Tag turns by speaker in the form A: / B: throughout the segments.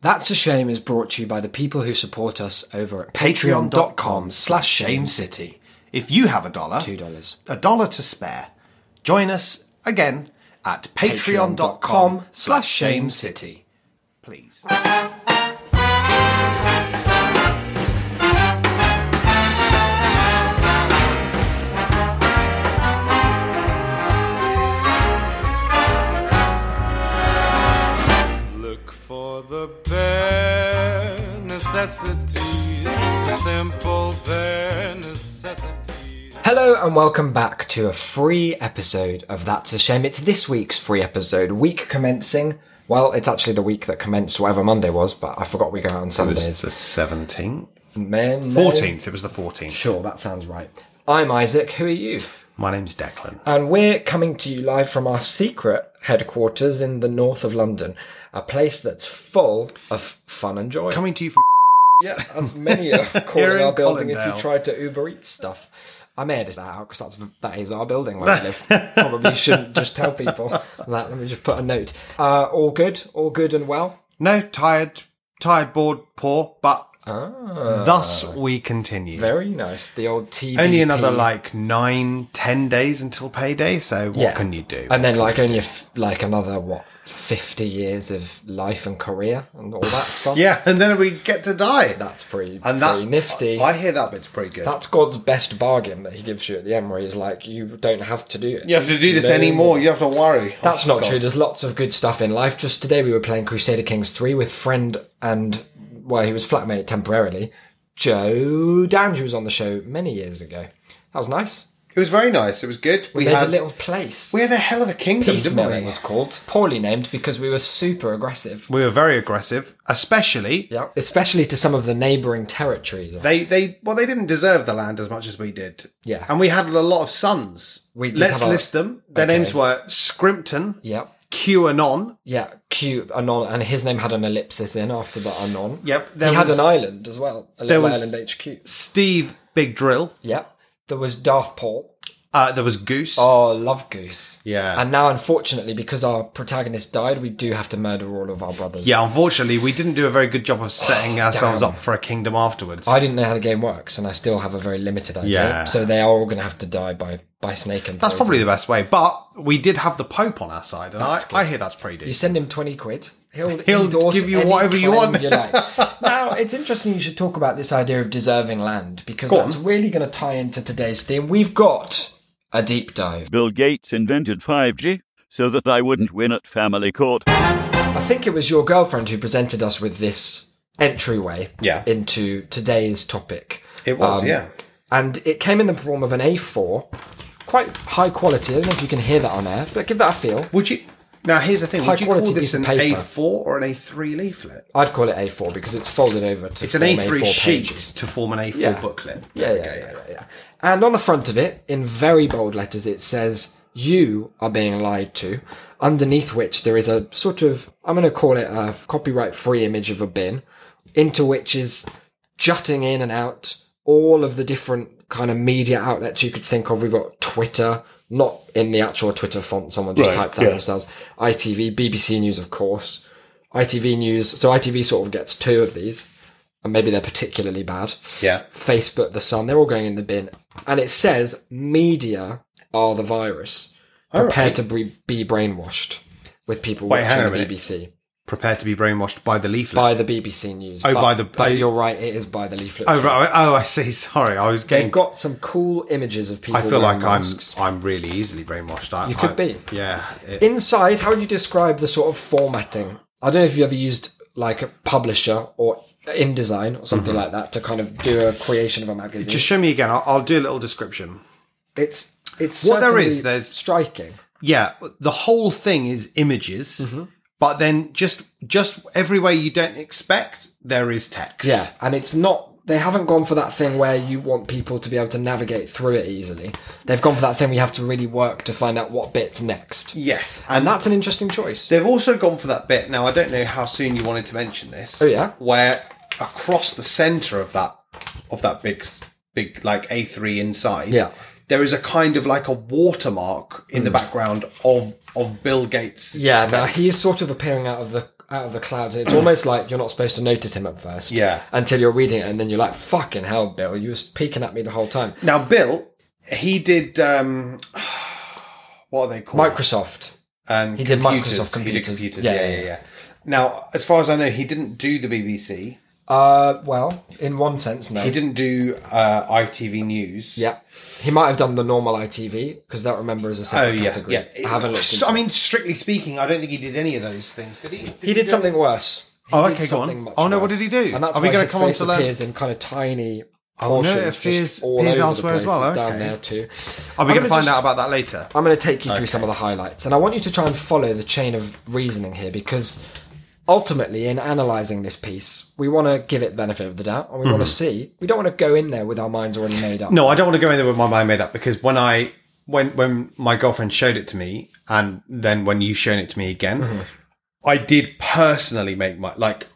A: That's a Shame is brought to you by the people who support us over at patreon.com slash shame city.
B: If you have a dollar,
A: Mm. Two dollars.
B: a dollar to spare, join us again at
A: Patreon.com
B: patreon.com
A: slash shame city.
B: please.
C: Look for the bare necessities, simple bare necessities.
A: Hello and welcome back to a free episode of That's a Shame. It's this week's free episode, week commencing. Well, it's actually the week that commenced whatever Monday was, but I forgot we go out on
B: It was
A: Sundays.
B: the 17th?
A: May- May-
B: 14th. It was the 14th.
A: Sure, that sounds right. I'm Isaac. Who are you?
B: My name's Declan.
A: And we're coming to you live from our secret headquarters in the north of London, a place that's full of fun and joy.
B: Coming to you from.
A: yeah, as many are
B: Here
A: calling
B: in
A: our building if you
B: Colindale.
A: tried to Uber Eats stuff. I may edit that out because that's that is our building where we live. Probably shouldn't just tell people that. Let me just put a note. Uh, all good, all good and well.
B: No, tired, tired, bored, poor, but thus we continue.
A: Ah. Very nice. The old TV.
B: Only another like nine, ten days until payday, so what
A: Yeah.
B: can you do?
A: And then like only a f- like another what fifty years of life and career and all that stuff.
B: yeah, and then we get to die.
A: That's pretty,
B: and that,
A: pretty nifty.
B: I, I hear that bit's pretty good.
A: That's God's best bargain that he gives you at the end, where he's like, you don't have to do it.
B: you have to do this
A: No
B: anymore. You have to worry.
A: That's
B: Oh,
A: not
B: God.
A: true. There's lots of good stuff in life. Just today we were playing Crusader Kings 3 with friend and, well, he was flatmate temporarily, Joe Dange, who was on the show many years ago. That was nice.
B: It was very nice. It was good. We
A: We made
B: had
A: a little place.
B: we had a hell of a kingdom,
A: Piecemeal,
B: didn't
A: it
B: we?
A: was called. Poorly named because we were super aggressive.
B: We were very aggressive, especially
A: Yeah. Especially to some of the neighbouring territories.
B: they they well they didn't deserve the land as much as we did.
A: Yeah.
B: and we had a lot of sons.
A: We did
B: let's
A: have a-
B: list them. Their
A: Okay.
B: names were Scrimpton,
A: yeah.
B: QAnon.
A: Yeah, Q anon, and his name had an ellipsis in after the anon.
B: Yep,
A: he
B: there
A: had
B: was-
A: an island as well, a
B: there
A: little
B: was-
A: island HQ.
B: Steve Big Drill.
A: Yep, there was Darth Paul.
B: Uh, there was Goose.
A: Oh, love Goose.
B: Yeah.
A: and now unfortunately, because our protagonist died, we do have to murder all of our brothers.
B: Yeah, unfortunately, we didn't do a very good job of setting ourselves up for a kingdom afterwards.
A: Oh, I didn't know how the game works, and I still have a very limited idea.
B: Yeah.
A: So they are all going to have to die by by snake and.
B: That's
A: poison.
B: probably the best way, but we did have the Pope on our side, and I,
A: That's good.
B: I hear that's pretty
A: You
B: decent.
A: send him twenty quid. He'll,
B: He'll
A: endorse
B: give you
A: any
B: whatever you
A: claim
B: want.
A: You like. now it's interesting you should talk about this idea of deserving land because
B: Go
A: that's
B: on.
A: really going to tie into today's theme. We've got a deep dive.
D: Bill Gates invented 5G so that I wouldn't win at family court.
A: I think it was your girlfriend who presented us with this entryway
B: Yeah.
A: into today's topic.
B: It was,
A: um,
B: yeah.
A: And it came in the form of an A4, quite high quality. I don't know if you can hear that on air, but give that a feel.
B: Would you? Now, here's the thing:
A: High
B: Would you call
A: quality
B: this
A: piece of
B: an
A: paper.
B: A4 or an A3 leaflet?
A: I'd call it A4 because it's folded over to
B: It's an
A: form
B: A3
A: A4
B: sheet
A: pages.
B: to form an A4
A: Yeah.
B: booklet.
A: Yeah, yeah, yeah, yeah, yeah. And on the front of it, in very bold letters, it says, You are being lied to. Underneath which there is a sort of, I'm going to call it a copyright free image of a bin, into which is jutting in and out all of the different kind of media outlets you could think of. We've got Twitter, not in the actual Twitter font, someone just typed that themselves. ITV, BBC News, of course. ITV News. So ITV sort of gets two of these, and maybe they're particularly bad.
B: Yeah.
A: Facebook, The Sun, they're all going in the bin. And it says media are the virus. Prepare to be, be brainwashed with people
B: Wait, hang on
A: watching
B: a
A: the
B: minute.
A: BBC.
B: Prepare to be brainwashed by the leaflet.
A: By the BBC News.
B: Oh,
A: but,
B: by the-
A: But
B: by-
A: you're right, it is by the leaflet.
B: oh, right, oh, I see. Sorry, I was getting.
A: They've got some cool images of people.
B: I feel
A: wearing
B: like
A: masks.
B: I'm I'm really easily brainwashed. I,
A: You could
B: I-
A: be.
B: Yeah. it-
A: Inside, how would you describe the sort of formatting? I don't know if you ever used like a publisher or InDesign or something like that to kind of do a creation of a magazine.
B: Mm-hmm. just show me again. I'll, I'll do a little description.
A: it's it's
B: What there
A: certainly
B: is, there's-
A: striking.
B: yeah the whole thing is images
A: Mm-hmm.
B: but then just just every way you don't expect there is text
A: Yeah, and it's not. They haven't gone for that thing where you want people to be able to navigate through it easily. They've gone for that thing where you have to really work to find out what bit's next.
B: yes
A: And that's an interesting choice.
B: they've also gone for that bit now i don't know how soon you wanted to mention this oh
A: yeah?
B: where across the center of that of that big s- big like a3 inside
A: Yeah. Hmm.
B: there is a kind of like a watermark in the background of of bill gates
A: Yeah, now
B: face.
A: he's sort of appearing out of the out of the clouds. It's almost like you're not supposed to notice him at first.
B: Yeah.
A: Until you're reading it, and then you're like, "Fucking hell, Bill! You was peeking at me the whole time."
B: Now, Bill, he did um, what are they called?
A: Microsoft.
B: um,
A: He did
B: computers.
A: Microsoft
B: He did
A: computers.
B: computers.
A: Yeah,
B: Yeah, yeah,
A: yeah.
B: yeah, Now, as far as I know, he didn't do the BBC.
A: Uh, well, in one sense, no.
B: He didn't do uh, ITV News.
A: Yeah. He might have done the normal ITV because that remember is a
B: Oh
A: separate
B: yeah,
A: category.
B: yeah.
A: I haven't looked.
B: So,
A: into
B: I
A: it.
B: mean, strictly speaking, I don't think he did any of those things. Did he?
A: he did
B: do-
A: something worse. He
B: Oh,
A: did
B: okay, go on.
A: something much
B: Oh, no, what
A: worse.
B: did he do?
A: And that's
B: Are we
A: why
B: gonna
A: his
B: come on
A: face
B: to that?
A: appears in kind of tiny
B: Oh, no, it
A: portions,
B: appears-
A: just all
B: appears
A: over
B: elsewhere
A: the
B: as
A: place.
B: well,
A: It's
B: okay.
A: down there too.
B: Are we
A: I'm
B: going to
A: gonna
B: find
A: just-
B: out about that later?
A: I'm going to take you through some of the highlights, and I want you to try and follow the chain of reasoning here because ultimately, in analysing this piece, we want to give it benefit of the doubt, and we want to see. We don't want to go in there with our minds already made up.
B: Mm-hmm. No, I don't want to go in there with my mind made up because when I when when my girlfriend showed it to me, and then when you shown it to me again,
A: Mm-hmm.
B: I did personally make my like.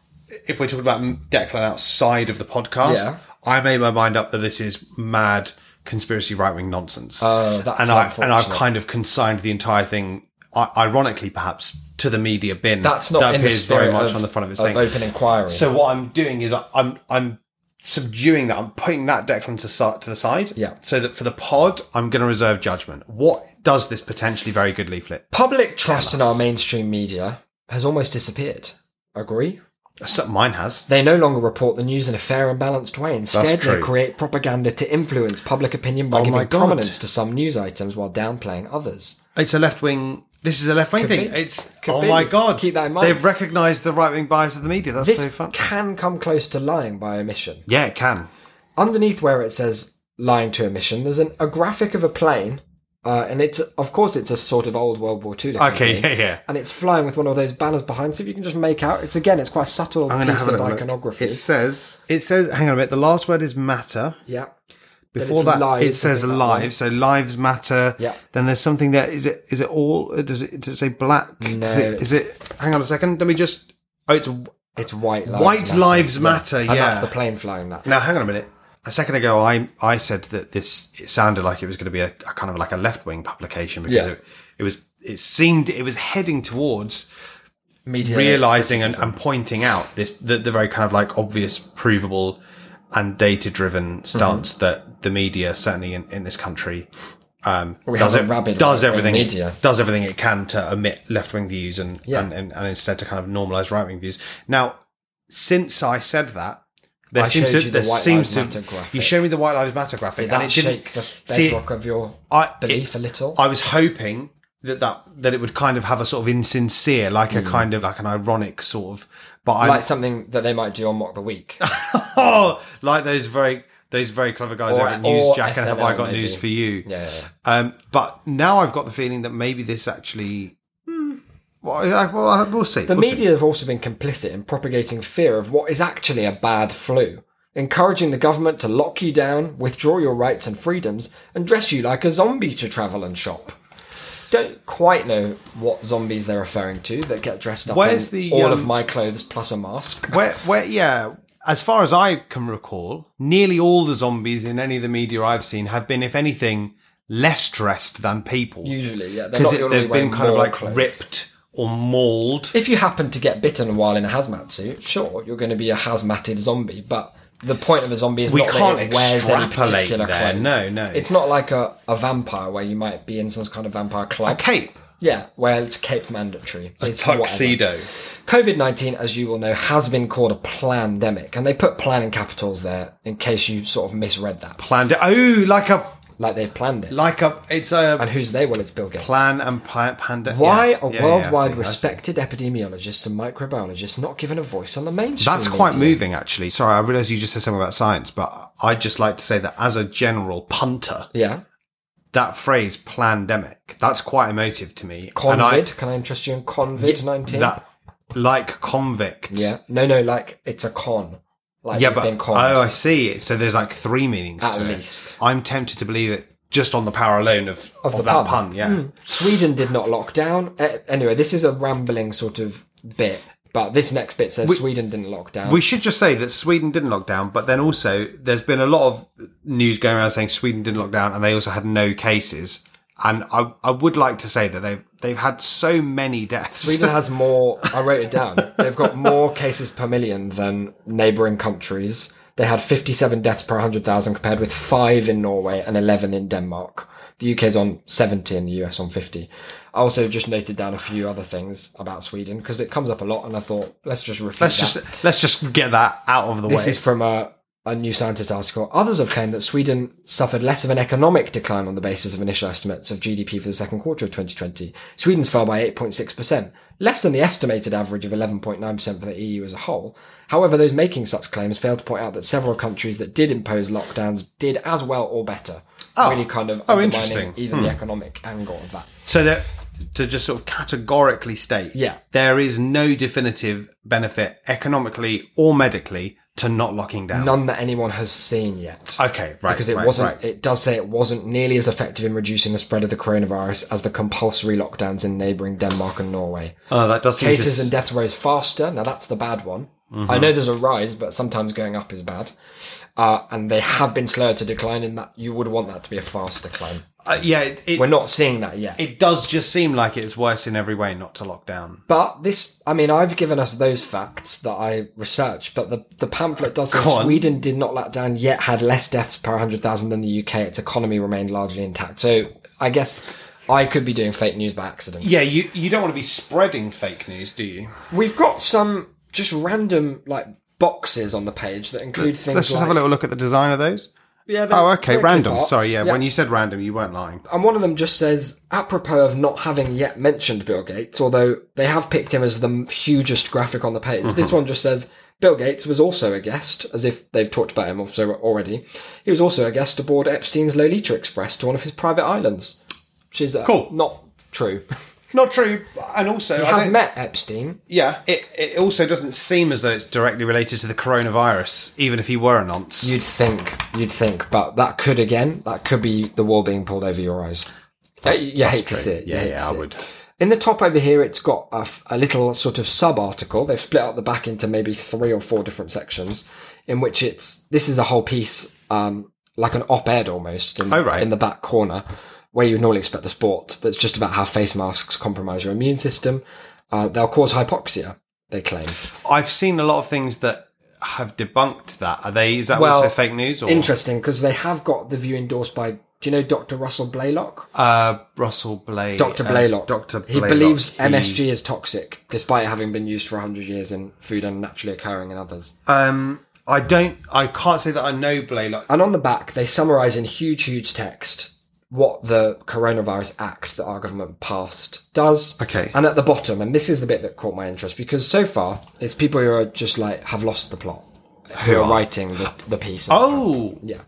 B: If we're talking about Declan outside of the podcast,
A: Yeah.
B: I made my mind up that this is mad conspiracy right wing nonsense.
A: Oh, that's
B: and I and I've
A: unfortunate.
B: kind of consigned the entire thing, i- ironically perhaps, to the media bin.
A: that's not
B: that
A: in the
B: appears very
A: spirit
B: much
A: of-
B: on the front of its
A: of
B: thing.
A: open inquiry.
B: So what I'm doing is I- I'm I'm subduing that. I'm putting that Declan to si- to the side.
A: Yeah.
B: So that for the pod, I'm going to reserve judgment. What does this potentially very good leaflet?
A: public trust in
B: us.
A: our mainstream media has almost disappeared. Agree?
B: So- Mine has.
A: They no longer report the news in a fair and balanced way. Instead, they
B: true.
A: create propaganda to influence public opinion by
B: Oh my
A: giving
B: God.
A: prominence to some news items while downplaying others.
B: It's a left wing. This is a left wing
A: Could
B: thing.
A: be.
B: It's
A: Could
B: oh
A: be.
B: my god.
A: Keep that in mind.
B: They've recognised the right wing bias of the media. That's so
A: This
B: fun.
A: can come close to lying by omission.
B: yeah, it can.
A: Underneath where it says lying to omission, there's an, a graphic of a plane, uh, and it's of course it's a sort of old World War II. looking
B: Okay,
A: thing,
B: yeah, yeah.
A: And it's flying with one of those banners behind, so if you can just make out, it's again, it's quite a subtle
B: I'm going to
A: piece
B: have a
A: of
B: little
A: iconography.
B: Look. It says. It says. Hang on a minute. The last word is matter.
A: yeah,
B: Before
A: it's
B: that,
A: lives,
B: it says
A: I think, that one.
B: live. So lives matter.
A: Yeah.
B: Then there's something there. Is it? Is it all? Does it? Does it say black? Is
A: No,
B: it? Is it? Hang on a second. Let me just. Oh, it's
A: It's white lives
B: White
A: matter.
B: lives matter,
A: And
B: yeah.
A: that's the plane flying that.
B: now. Hang on a minute. A second ago, I I said that this it sounded like it was going to be a, a kind of like a left wing publication because
A: Yeah.
B: it, it was it seemed it was heading towards
A: Media
B: realizing and,
A: criticism.
B: and pointing out this the, the very kind of like obvious provable and data driven stance
A: Mm-hmm.
B: that the media certainly in, in this country um,
A: We
B: does,
A: have a
B: ev-
A: rabid
B: does
A: right-wing
B: everything
A: media.
B: does everything it can to omit left wing views and,
A: Yeah.
B: and, and and instead to kind of normalize right wing views. Now, since I said that, there
A: I
B: seems
A: showed
B: to
A: you the
B: there
A: White
B: seems
A: Lives
B: to
A: Matter graphic.
B: you show me the White Lives Matter graphic
A: Did
B: and
A: that
B: it didn't
A: shake the
B: see,
A: bedrock of your
B: I-
A: belief
B: it-
A: a little?
B: I was hoping that, that that it would kind of have a sort of insincere, like a kind of like an ironic sort of, but I
A: Hmm. like something that they might do on Mock the Week.
B: oh, like those very those very clever guys
A: Or-
B: over at News
A: or
B: Jack and Have
A: SNL
B: I Got
A: maybe.
B: News for You?
A: Yeah, yeah,
B: Um, but now I've got the feeling that maybe this actually. Well, I, well, I- we'll see.
A: The
B: we'll see.
A: media have also been complicit in propagating fear of what is actually a bad flu, encouraging the government to lock you down, withdraw your rights and freedoms, and dress you like a zombie to travel and shop. Don't quite know what zombies they're referring to that get dressed up
B: Where's
A: in
B: the,
A: all
B: um,
A: of my clothes plus a mask.
B: Where, where, yeah. As far as I can recall, nearly all the zombies in any of the media I've seen have been, if anything, less dressed than people.
A: Usually, yeah, they're
B: because
A: not
B: it-
A: gonna be
B: they've
A: wearing
B: been kind of
A: more
B: like
A: clothes.
B: ripped or mauled.
A: If you happen to get bitten while in a hazmat suit, sure, you're going to be a hazmated zombie, but the point of a zombie is
B: We
A: not
B: can't
A: that it wears any
B: extrapolate
A: particular
B: there.
A: clothes.
B: No, no.
A: It's not like a, a vampire where you might be in some kind of vampire club.
B: A cape,
A: Yeah, well, it's cape mandatory. It's
B: tuxedo.
A: COVID 19, as you will know, has been called a plandemic, and they put plan in capitals there in case you sort of misread that.
B: Planned. Oh, like a
A: Like they've planned it.
B: like a. It's a
A: and who's they? Well, it's Bill Gates.
B: plan and pla- panda.
A: uh, Why
B: yeah,
A: are
B: yeah, yeah, I
A: worldwide
B: see, I see.
A: respected epidemiologists and microbiologists not given a voice on the mainstream?
B: That's quite
A: media?
B: moving, actually. Sorry, I realise you just said something about science, but I'd just like to say that as a general punter,
A: Yeah.
B: that phrase "plandemic" that's quite emotive to me. And I-
A: Convid. Can I interest you in Convid 19?
B: that like convict.
A: yeah. No, no, like it's a con. Like
B: yeah,
A: you've
B: but
A: been
B: oh,
A: conned.
B: I see. So there's like three meanings
A: At
B: to it.
A: least.
B: I'm tempted to believe it just on the power alone of of,
A: Of the
B: that
A: pun. Mm.
B: pun. Yeah.
A: Sweden did not lock down. Uh, anyway, this is a rambling sort of bit, but this next bit says Sweden didn't lock down.
B: We should just say that Sweden didn't lock down, but then also there's been a lot of news going around saying Sweden didn't lock down and they also had no cases. And I, I would like to say that they They've had so many deaths.
A: Sweden has more. I wrote it down. They've got more cases per million than neighbouring countries. They had 57 deaths per 100,000 compared with 5 in Norway and 11 in Denmark. The UK's on 70 and the US on 50. I also just noted down a few other things about Sweden because it comes up a lot and I thought, let's just reflect.
B: let's just let's just get that out of the
A: This
B: way.
A: is from a, a New Scientist article. Others have claimed that Sweden suffered less of an economic decline on the basis of initial estimates of GDP for the second quarter of 2020. Sweden's fell by 8.6%, less than the estimated average of 11.9% for the EU as a whole. However, those making such claims failed to point out that several countries that did impose lockdowns did as well or better.
B: Oh.
A: Really kind of
B: Oh,
A: undermining
B: interesting.
A: even the economic angle of that.
B: so that to just sort of categorically state,
A: Yeah.
B: there is no definitive benefit economically or medically to not locking down.
A: None that anyone has seen yet.
B: Okay, right.
A: because it
B: right,
A: wasn't.
B: right.
A: It does say it wasn't nearly as effective in reducing the spread of the coronavirus as the compulsory lockdowns in neighbouring Denmark and Norway.
B: Oh, that does seem to
A: Cases
B: s-
A: and deaths rose faster. Now that's the bad one.
B: Mm-hmm.
A: I know there's a rise, but sometimes going up is bad. Uh, and they have been slower to decline. In that you would want that to be a fast decline.
B: uh, yeah, it, it,
A: We're not seeing that yet.
B: it does just seem like it's worse in every way not to lock down.
A: But this, I mean, I've given us those facts that I researched, but the, the pamphlet does say
B: Go on.
A: Sweden did not let down, yet had less deaths per 100,000 than the UK. Its economy remained largely intact. So I guess I could be doing fake news by accident.
B: Yeah, you you don't want to be spreading fake news, do you?
A: We've got some just random, like, boxes on the page that include things
B: Let's just
A: like-
B: have a little look at the design of those.
A: Yeah, they're
B: Oh, okay,
A: poetry
B: random.
A: box.
B: Sorry, yeah, When you said random, you weren't lying.
A: and one of them just says, apropos of not having yet mentioned Bill Gates, although they have picked him as the m- hugest graphic on the page.
B: Mm-hmm.
A: This one just says, Bill Gates was also a guest, as if they've talked about him also already. He was also a guest aboard Epstein's Lolita Express to one of his private islands, which is uh,
B: Cool.
A: not true.
B: Not true. And also,
A: He
B: I
A: has
B: don't-
A: met Epstein.
B: yeah, it it also doesn't seem as though it's directly related to the coronavirus, even if he were a nonce.
A: You'd think, you'd think, but that could again, that could be the wall being pulled over your eyes. That's, you hate to
B: true.
A: see it. you
B: Yeah,
A: hate
B: yeah,
A: to
B: I
A: see it.
B: would.
A: In the top over here, it's got a, f- a little sort of sub article. They've split up the back into maybe three or four different sections, in which it's this is a whole piece, um, like an op ed almost, in,
B: Oh, right.
A: in the back corner, where you would normally expect the sport. That's just about how face masks compromise your immune system. Uh, they'll cause hypoxia, they claim.
B: I've seen a lot of things that have debunked that. Are they? Is that
A: Well,
B: also fake news? Or
A: Interesting, because they have got the view endorsed by, do you know Dr. Russell Blaylock?
B: uh, Russell Blay,
A: Dr.
B: uh,
A: Blaylock.
B: Dr.
A: He
B: Blaylock,
A: believes
B: he-
A: MSG is toxic, despite it having been used for 100 years in food and naturally occurring in others.
B: Um, I don't. I can't say that I know Blaylock.
A: And on the back, they summarise in huge, huge text what the Coronavirus Act that our government passed does.
B: Okay.
A: And at the bottom, and this is the bit that caught my interest because so far it's people who are just like have lost the plot, who are writing the, the piece.
B: Oh,
A: yeah.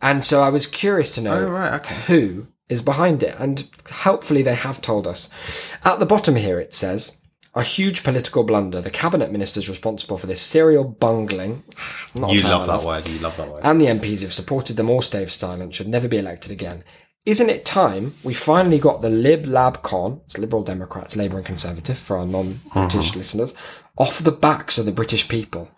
A: And so I was curious to know
B: Oh, right, okay.
A: who is behind it. And helpfully, they have told us. At the bottom here, it says a huge political blunder. The cabinet ministers responsible for this serial bungling. Ah, Not a
B: you
A: term I
B: love that word. You love that word.
A: and the MPs who've supported them all stayed silent should never be elected again. Isn't it time we finally got the Lib Lab Con, it's Liberal Democrats, Labour and Conservative for our non British listeners, off the backs of the British people?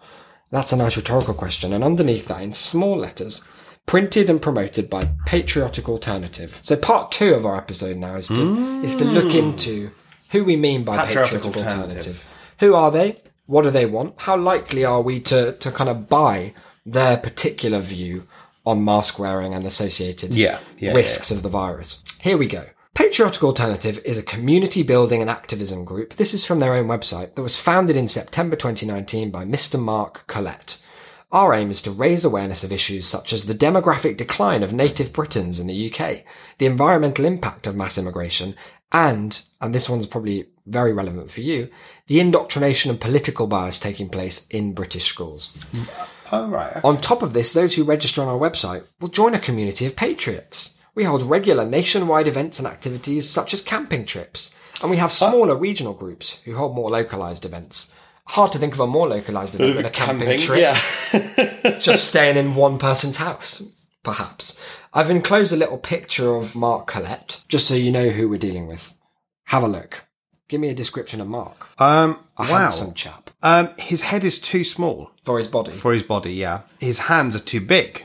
A: That's a nice rhetorical question. And underneath that, in small letters, printed and promoted by Patriotic Alternative. So part two of our episode now is to, is to look into who we mean by
B: Patriotic
A: Mm. patriotic, alternative.
B: Alternative.
A: Who are they? What do they want? How likely are we to, to kind of buy their particular view on mask wearing and associated
B: Yeah, yeah,
A: risks of the virus? Here we go. Patriotic Alternative is a community building and activism group. This is from their own website that was founded in September 2019 by Mr. Mark Collette. Our aim is to raise awareness of issues such as the demographic decline of native Britons in the UK, the environmental impact of mass immigration, and, and this one's probably very relevant for you, the indoctrination and political bias taking place in British schools.
B: Oh, right. okay.
A: On top of this, those who register on our website will join a community of patriots. We hold regular nationwide events and activities such as camping trips, and we have smaller regional groups who hold more localized events. Hard to think of a more localized event than a camping, trip
B: Yeah.
A: just staying in one person's house, perhaps. I've enclosed a little picture of Mark Collette, just so you know who we're dealing with. Have a look. Give me a description of Mark.
B: Um.
A: A
B: wow.
A: handsome chap.
B: Um, his head is too small
A: for his body.
B: for his body, yeah. His hands are too big.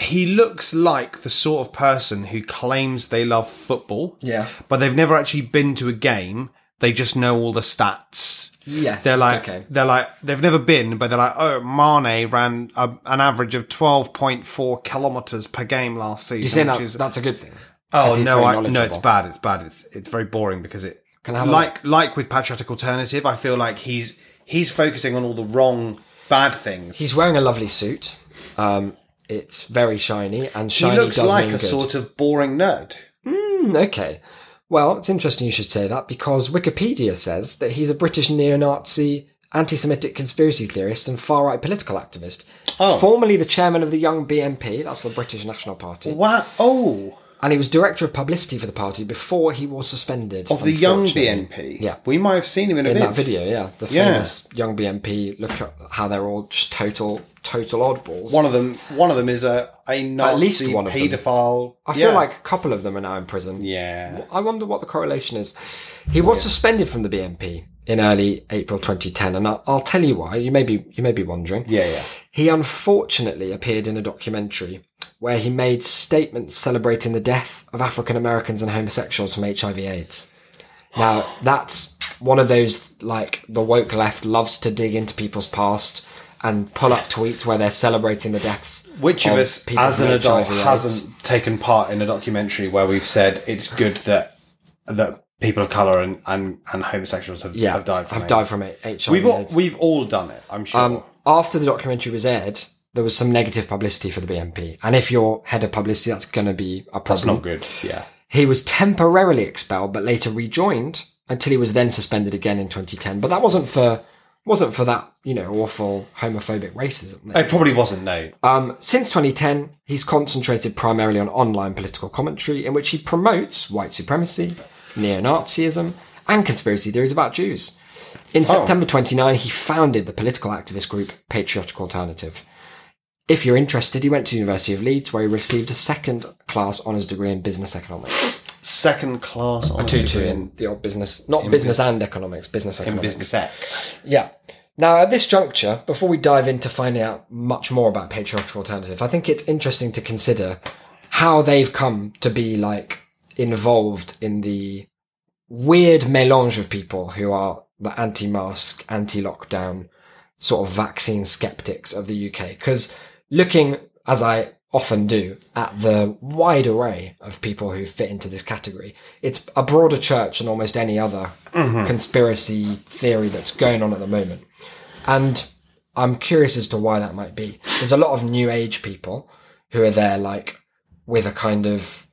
B: He looks like the sort of person who claims they love football,
A: Yeah.
B: but they've never actually been to a game. They just know all the stats.
A: Yes.
B: They're like
A: okay.
B: they're like they've never been, but they're like, oh, Mane ran a, an average of twelve point four kilometers per game last season.
A: You're saying
B: which
A: that,
B: is-
A: that's a good thing.
B: Oh
A: 'Cause he's
B: no,
A: very
B: I, no, it's
A: knowledgeable.
B: bad. It's bad. It's it's very boring because it
A: I have a
B: like like with patriotic alternative. I feel like he's he's focusing on all the wrong bad things.
A: He's wearing a lovely suit. Um, it's very shiny, and
B: he
A: shiny
B: looks
A: does
B: like a
A: mean good.
B: sort of boring nerd.
A: Okay. Well, it's interesting you should say that because Wikipedia says that he's a British neo Nazi, anti Semitic conspiracy theorist, and far right political activist.
B: Oh.
A: Formerly the chairman of the Young BNP, that's the British National Party,
B: Wow! Oh,
A: and he was director of publicity for the party before he was suspended.
B: of the young
A: unfortunately.
B: BNP.
A: Yeah.
B: we might have seen him in a
A: In
B: bit.
A: that video, yeah. The
B: Yeah.
A: famous Young BNP, look at how they're all just total, total oddballs.
B: One of them, one of them is a a Nazi
A: least one of them.
B: paedophile.
A: I feel
B: Yeah.
A: like a couple of them are now in prison.
B: yeah,
A: I wonder what the correlation is. He was suspended from the BNP in early April 2010, and I'll, I'll tell you why. You may be you may be wondering.
B: yeah, yeah.
A: He unfortunately appeared in a documentary where he made statements celebrating the death of African Americans and homosexuals from HIV/AIDS. Now that's one of those like the woke left loves to dig into people's past and pull up tweets where they're celebrating the deaths.
B: Which of, us,
A: people
B: as an
A: from
B: adult,
A: HIV/AIDS.
B: hasn't taken part in a documentary where we've said it's good that that people of color and and, and homosexuals have,
A: yeah,
B: have died from
A: have
B: AIDS?
A: died from it. HIV.
B: We've all,
A: AIDS.
B: we've all done it, I'm sure.
A: Um, after the documentary was aired, there was some negative publicity for the BNP. And if you're head of publicity, that's going to be a problem.
B: it's not good. Yeah,
A: He was temporarily expelled, but later rejoined until he was then suspended again in 2010. But that wasn't for wasn't for that you know awful homophobic racism.
B: it probably wasn't. No,
A: Um, since 2010, he's concentrated primarily on online political commentary in which he promotes white supremacy, neo-Nazism, and conspiracy theories about Jews. In September 29, he founded the political activist group Patriotic Alternative. If you're interested, he went to the University of Leeds where he received a second class honours degree in business economics.
B: second class on
A: Two two in the old business, not business and economics, business economics.
B: business ec.
A: Yeah. Now, at this juncture, before we dive into finding out much more about Patriotic Alternative, I think it's interesting to consider how they've come to be like involved in the weird melange of people who are the anti mask, anti lockdown, sort of vaccine skeptics of the UK. Because looking, as I often do, at the wide array of people who fit into this category, it's a broader church than almost any other conspiracy theory that's going on at the moment. And I'm curious as to why that might be. There's a lot of new age people who are there, like, with a kind of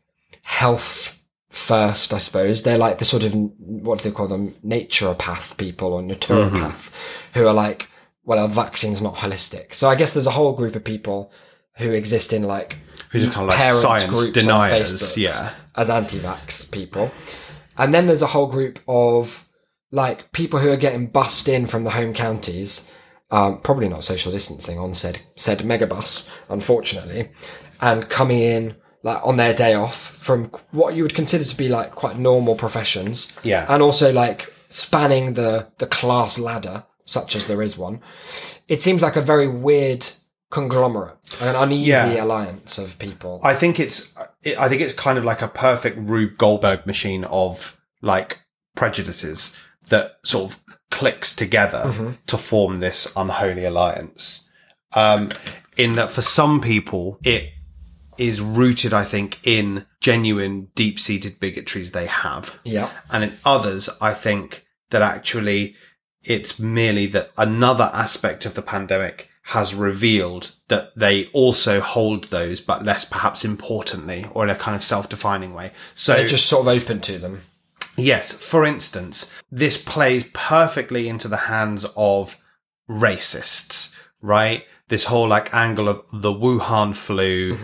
A: health first, I suppose. They're like the sort of, what do they call them? Naturopath people or naturopath who are like, well, a vaccine's not holistic. So I guess there's a whole group of people who exist in like
B: Who's kind of like
A: parents
B: science
A: groups
B: deniers?
A: on Facebook
B: yeah,
A: as anti-vax people. And then there's a whole group of like people who are getting bussed in from the home counties, um, probably not social distancing on said said megabus, unfortunately, and coming in like on their day off from what you would consider to be like quite normal professions,
B: Yeah.
A: and also like spanning the the class ladder, such as there is one. It seems like a very weird conglomerate, an uneasy
B: Yeah.
A: alliance of people.
B: I think it's I think it's kind of like a perfect Rube Goldberg machine of like prejudices that sort of clicks together to form this unholy alliance. Um, in that, for some people, it is rooted, I think, in genuine deep seated bigotries they have,
A: yeah,
B: and in others, I think that actually it's merely that another aspect of the pandemic has revealed that they also hold those, but less perhaps importantly or in a kind of self defining way. So,
A: they're just sort of open to them.
B: yes, for instance, this plays perfectly into the hands of racists, right? This whole like angle of the Wuhan flu,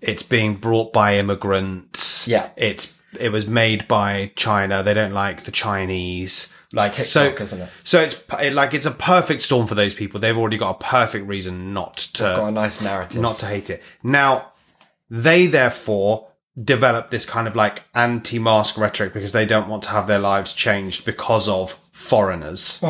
B: it's being brought by immigrants.
A: Mm-hmm. Yeah.
B: It's, it was made by China. They don't like the Chinese. Like, so,
A: TikTok, isn't it?
B: so it's p- like it's a perfect storm for those people. They've already got a perfect reason not
A: got a
B: to
A: nice narrative.
B: not to hate it. Now they therefore develop this kind of like anti-mask rhetoric because they don't want to have their lives changed because of foreigners.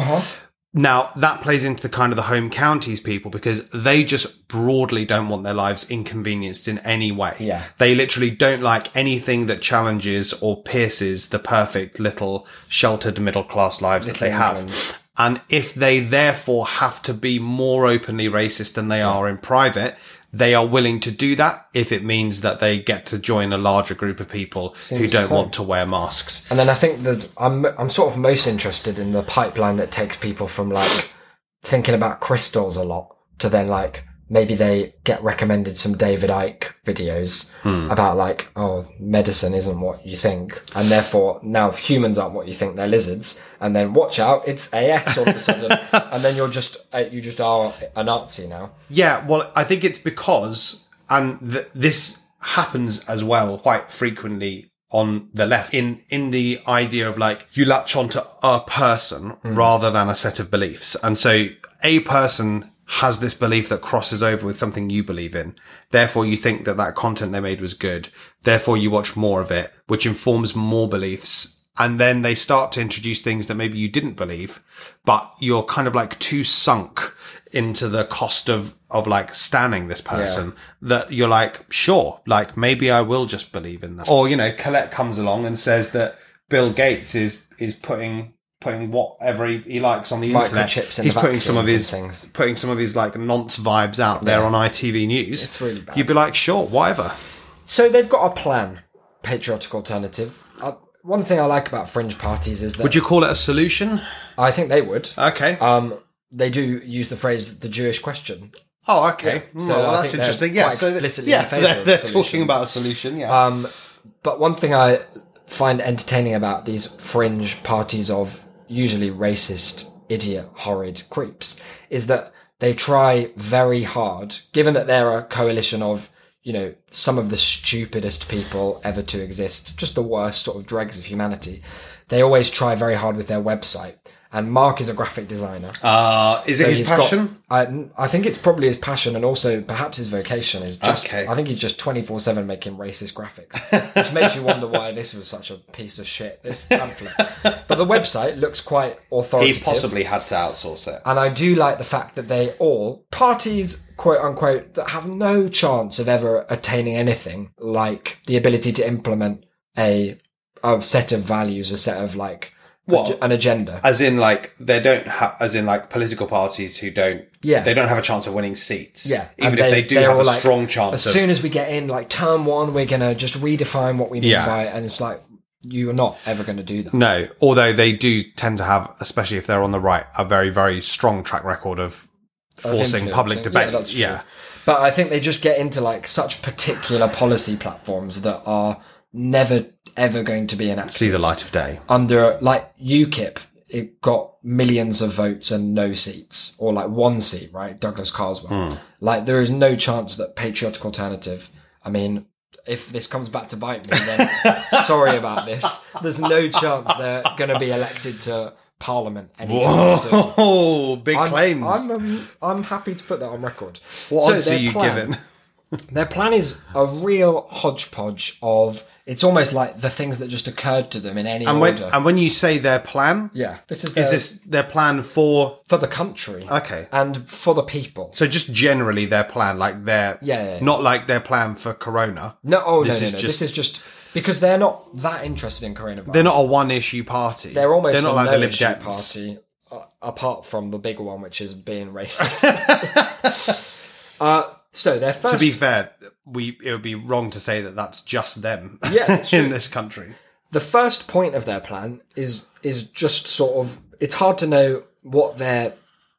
B: Now that plays into the kind of the home counties people because they just broadly don't want their lives inconvenienced in any way.
A: Yeah.
B: They literally don't like anything that challenges or pierces the perfect little sheltered middle class lives that they have. And if they therefore have to be more openly racist than they are in private, they are willing to do that if it means that they get to join a larger group of people who
A: Seems
B: don't
A: so.
B: want to wear masks.
A: And then I think there's I'm I'm sort of most interested in the pipeline that takes people from like thinking about crystals a lot to then like maybe they get recommended some David Icke videos
B: Hmm.
A: about like oh medicine isn't what you think and therefore now if humans aren't what you think they're lizards and then watch out it's AX all of a sudden and then you're just uh, you just are a Nazi now
B: Yeah, well, I think it's because, and th- this happens as well quite frequently on the left in in the idea of like you latch onto a person rather than a set of beliefs, and so a person has this belief that crosses over with something you believe in. Therefore, you think that that content they made was good. Therefore, you watch more of it, which informs more beliefs. And then they start to introduce things that maybe you didn't believe, but you're kind of like too sunk into the cost of of like standing this person that you're like sure like maybe i will just believe in that or you know colette comes along and says that bill gates is is putting putting whatever he, he likes on the internet
A: Microchips in
B: he's
A: the
B: putting some of his
A: vaccines and things.
B: putting some of his like nonce vibes out there on itv news
A: It's really bad.
B: you'd be like sure whatever
A: so they've got a plan patriotic alternative uh, one thing I like about fringe parties is that
B: would you call it a solution
A: I think they would
B: okay
A: Um, they do use the phrase "the Jewish question."
B: oh okay
A: yeah,
B: Mm,
A: so
B: well,
A: I
B: that's
A: think they're
B: interesting yeah
A: quite
B: so th-
A: explicitly
B: yeah
A: in favour
B: they're,
A: of
B: they're talking
A: solutions. Um,
B: about a solution yeah
A: But one thing I find entertaining about these fringe parties of usually racist, idiot, horrid creeps is that they try very hard. Given that they're a coalition of you know some of the stupidest people ever to exist, just the worst sort of dregs of humanity, they always try very hard with their website. And Mark is a graphic designer.
B: uh is it his
A: he's got-
B: passion
A: I, I think it's probably his passion and also perhaps his vocation is just.
B: Okay.
A: I think he's just 24 7 making racist graphics, which makes you wonder why this was such a piece of shit, this pamphlet. but the website looks quite authoritative.
B: He possibly had to outsource it.
A: And I do like the fact that they all, parties, quote unquote, that have no chance of ever attaining anything like the ability to implement a, a set of values, a set of like
B: What?
A: ag- an agenda.
B: As in, like they don't have, as in, like political parties who don't,
A: Yeah.
B: they don't have a chance of winning seats.
A: Yeah, and
B: even if they do
A: they're
B: have a
A: all like,
B: strong chance.
A: As
B: of,
A: soon as we get in, like term one, we're gonna just redefine what we mean
B: Yeah.
A: by it, and it's like you are not ever gonna do that.
B: no, although they do tend to have, especially if they're on the right, a very, very strong track record of forcing
A: influencing.
B: public
A: Yeah,
B: debate.
A: that's true.
B: yeah.
A: But I think they just get into like such particular policy platforms that are never ever going to be enacted.
B: see the light of day.
A: under like UKIP, it got millions of votes and no seats, or like one seat, right? Douglas Carswell.
B: Hmm.
A: Like there is no chance that patriotic alternative. I mean, if this comes back to bite me, then sorry about this. There's no chance they're going to be elected to Parliament anytime soon.
B: Oh, big
A: I'm,
B: claims.
A: I'm, um, I'm happy to put that on record.
B: what
A: So
B: odds are
A: their
B: you
A: plan-
B: given?
A: their plan is a real hodgepodge of. It's almost like the things that just occurred to them in any
B: And when,
A: order.
B: and when you say their plan,
A: yeah, Uh, this is,
B: is
A: their-
B: this their plan for?
A: for the country.
B: Okay.
A: And for the people.
B: So just generally their plan, like their
A: Yeah, yeah, yeah.
B: not like their plan for Corona.
A: No, oh
B: This
A: no, no,
B: is
A: no.
B: just-
A: this is just because they're not that interested in coronavirus.
B: They're not a one-issue party.
A: They're almost
B: They're not
A: a
B: like
A: no
B: the Lib
A: issue
B: Dems.
A: party, uh, apart from the bigger one, which is being racist. uh, so their first
B: To be fair, we it would be wrong to say that that's just them.
A: Yeah, it's
B: in
A: true.
B: this country.
A: the first point of their plan is is just sort of it's hard to know what their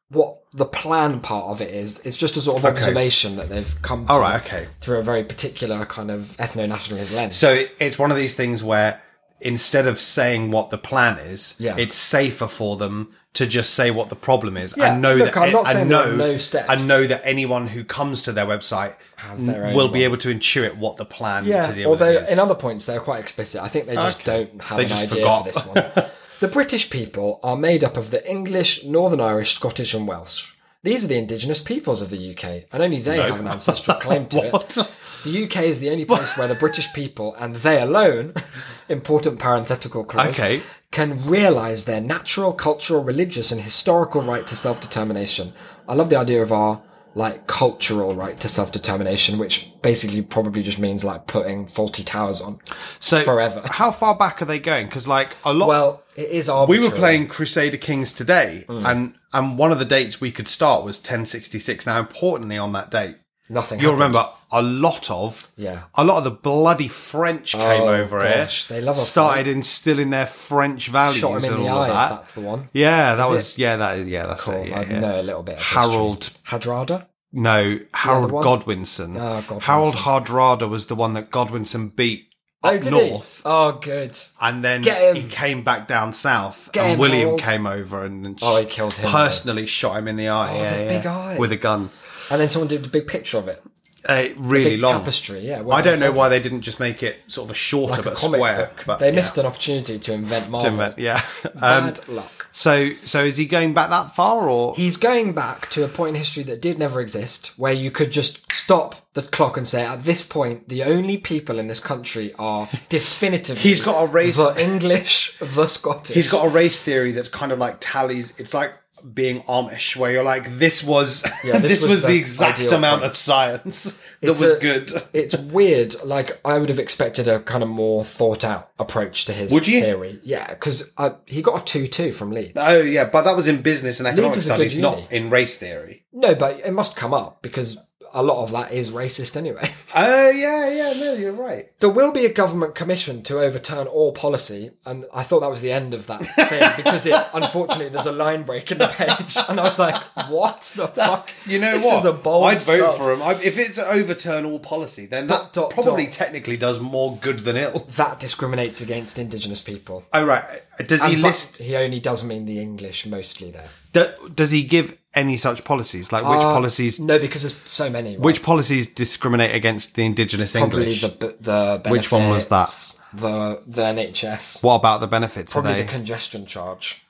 A: what the plan part of it is. It's just a sort of observation that they've come to
B: All right, okay.
A: through a very particular kind of ethno nationalist lens.
B: So it- it's one of these things where instead of saying what the plan is,
A: Yeah.
B: it's safer for them to just say what the problem is
A: Yeah,
B: and know
A: look,
B: that
A: I'm not
B: and
A: saying
B: know
A: there are no steps.
B: and know that anyone who comes to their website
A: Has their
B: n-
A: own
B: will be
A: one.
B: able to intuit what the plan to
A: Yeah,
B: deal with
A: although
B: is.
A: in other points they're quite explicit. I think they just don't have
B: They
A: an
B: just
A: idea
B: forgot.
A: for this one. the British people are made up of the English, Northern Irish, Scottish, and Welsh. These are the indigenous peoples of the UK, and only they have an ancestral claim to it. The UK is the only place where the British people and they alone important parenthetical clause,
B: Okay.
A: can realize their natural, cultural, religious, and historical right to self determination. I love the idea of our like cultural right to self determination, which basically probably just means like putting faulty towers on.
B: So
A: Forever.
B: How far back are they going? Because like a lot.
A: Well, it is
B: we
A: arbitrary.
B: were playing Crusader Kings today,
A: Mm.
B: and and one of the dates we could start was 1066. Now, importantly, on that date,
A: nothing.
B: you'll
A: happened.
B: remember a lot of
A: Yeah.
B: a lot of the bloody French came over
A: gosh,
B: here.
A: they love a
B: started instilling their French values
A: shot him
B: and
A: in the
B: all
A: eye.
B: of
A: If
B: that.
A: that's the one.
B: yeah, that
A: Is
B: was yeah that is yeah that's
A: Cool.
B: it. Yeah,
A: I
B: yeah.
A: know a little bit. Of history.
B: Harold
A: Hadrada.
B: no Harold
A: one?
B: Godwinson.
A: Ah, Godwinson.
B: Harold Hardrada was the one that Godwinson beat up
A: did he?
B: north.
A: Oh, good.
B: and then
A: Get him.
B: he came back down south,
A: Get
B: and
A: him,
B: William
A: Harold.
B: came over and, and
A: Oh, he
B: sh-
A: killed him,
B: personally shot him in the eye,
A: Oh,
B: yeah,
A: the
B: yeah,
A: big eye.
B: with a gun,
A: And then someone did a big picture of it.
B: uh, really
A: Big
B: long.
A: tapestry. Yeah. well,
B: I don't know
A: it's
B: why they didn't just make it sort of a shorter
A: Like a
B: but
A: comic
B: square.
A: book.
B: But
A: they
B: yeah.
A: missed an opportunity to invent Marvel.
B: Didn't it? Yeah. Um,
A: Bad luck.
B: so, so is he going back that far, or
A: He's going back to a point in history that did never exist, where you could just stop the clock and say, at this point, the only people in this country are definitively.
B: He's got a race-
A: The English, the Scottish.
B: he's got a race theory that's kind of like tallies? It's like being Amish, where you're like, this was,
A: Yeah, this
B: this, was,
A: was
B: the,
A: the
B: exact
A: ideal
B: amount
A: thing.
B: of science that
A: It's
B: was
A: a-
B: good.
A: it's weird. Like I would have expected a kind of more thought out approach to his
B: Would you?
A: theory. Yeah, because he got a two two from Leeds.
B: Oh yeah, but that was in business and economic
A: Leeds is a good
B: studies, not
A: uni.
B: in race theory.
A: No, but it must come up because a lot of that is racist anyway.
B: Oh yeah, yeah, no, you're right.
A: There will be a government commission to overturn all policy, and I thought that was the end of that thing because it, unfortunately there's a line break in the page, and I was like, "What the fuck?"
B: You know
A: this
B: what?
A: is a bold
B: I'd vote
A: stance.
B: for him. I, if it's an overturn all policy, then
A: Dot,
B: that
A: dot,
B: probably
A: dot.
B: technically does more good than ill.
A: That discriminates against Indigenous people.
B: Oh right, does he
A: And but
B: list?
A: he only does mean the English mostly, though.
B: do- does he give any such policies? Like
A: Uh,
B: which policies?
A: No, because there's so many. Right?
B: Which policies discriminate against the indigenous
A: probably
B: English?
A: the b- the benefits,
B: Which one was
A: The the NHS.
B: what about the benefits? Are
A: probably
B: they
A: the congestion charge.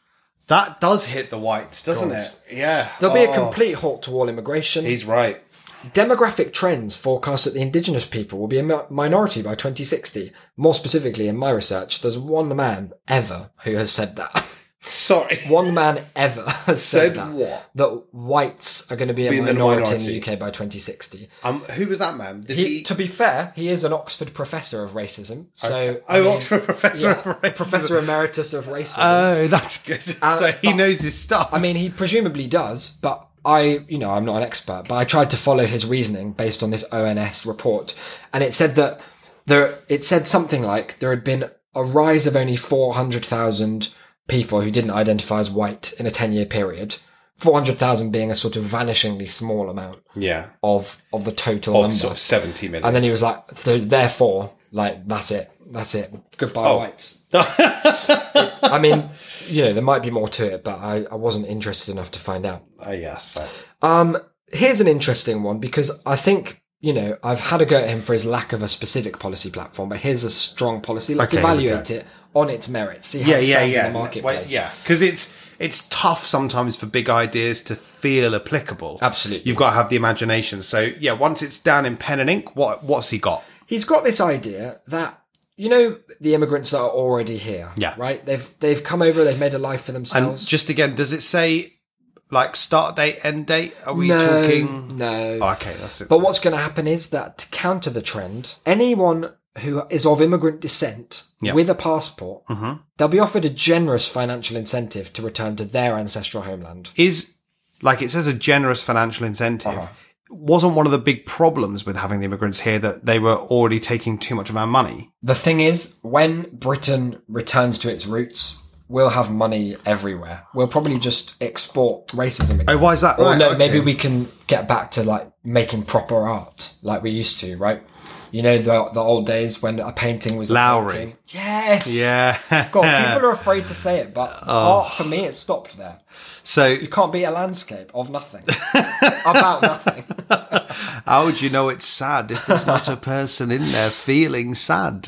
B: that does hit the whites, doesn't
A: God.
B: it? Yeah,
A: There'll be a
B: Oh,
A: complete halt to all immigration.
B: He's right.
A: Demographic trends forecast that the indigenous people will be a mi- minority by 2060. More specifically, in my research, there's one man ever who has said that.
B: Sorry.
A: One man ever has said,
B: Said
A: that.
B: what?
A: That whites are going to be a
B: Being the
A: minority in
B: minority.
A: the UK by 2060.
B: Um, who was that man? Did
A: He, to be fair, he is an Oxford professor of racism. So, I
B: Oh,
A: mean,
B: Oxford professor
A: yeah,
B: of racism.
A: professor emeritus of racism.
B: Oh, that's good. so he
A: but-
B: knows his stuff.
A: I mean, he presumably does, but I, you know, I'm not an expert, but I tried to follow his reasoning based on this ONS report, and it said that there, it said something like there had been a rise of only 400,000 people who didn't identify as white in a 10 year period. 400,000 being a sort of vanishingly small amount
B: yeah,
A: of, of the total number.
B: seventy million.
A: and then he was like, so therefore, like, that's it. That's it. Goodbye, whites. I mean, you know, there might be more to it, but I, I wasn't interested enough to find out.
B: oh, yes, fair.
A: Um, here's an interesting one because I think you know I've had a go at him for his lack of a specific policy platform, but here's a strong policy. Let's
B: Okay, here we
A: evaluate it on its merits. See how
B: yeah,
A: it
B: yeah,
A: stands
B: yeah.
A: in the
B: Wait,
A: marketplace.
B: yeah, because it's it's tough sometimes for big ideas to feel applicable.
A: Absolutely.
B: you've got to have the imagination. So yeah, once it's down in pen and ink, what what's he got?
A: he's got this idea that you know the immigrants that are already here.
B: Yeah.
A: right. They've they've come over. They've made a life for
B: And
A: themselves.
B: just again, does it say like start date, end date? Are we
A: no,
B: talking?
A: no.
B: Oh, okay, that's it.
A: But what's going to happen is that to counter the trend, anyone who is of immigrant descent
B: Yeah. Mm-hmm.
A: with a passport, they'll be offered a generous financial incentive to return to their ancestral homeland.
B: is like it says a generous financial incentive
A: Uh-huh.
B: wasn't one of the big problems with having the immigrants here that they were already taking too much of our money
A: The thing is, when Britain returns to its roots, we'll have money everywhere. We'll probably just export racism again.
B: oh why is that
A: Or
B: Right,
A: no,
B: okay.
A: maybe we can get back to like making proper art like we used to, right? You know the the old days when a painting was a
B: Lowry.
A: painting. Yes.
B: yeah Oh.
A: God, people are afraid to say it, but art for me it stopped there.
B: so
A: You can't be a landscape of nothing, about nothing.
B: how would you know it's sad if there's not a person in there feeling sad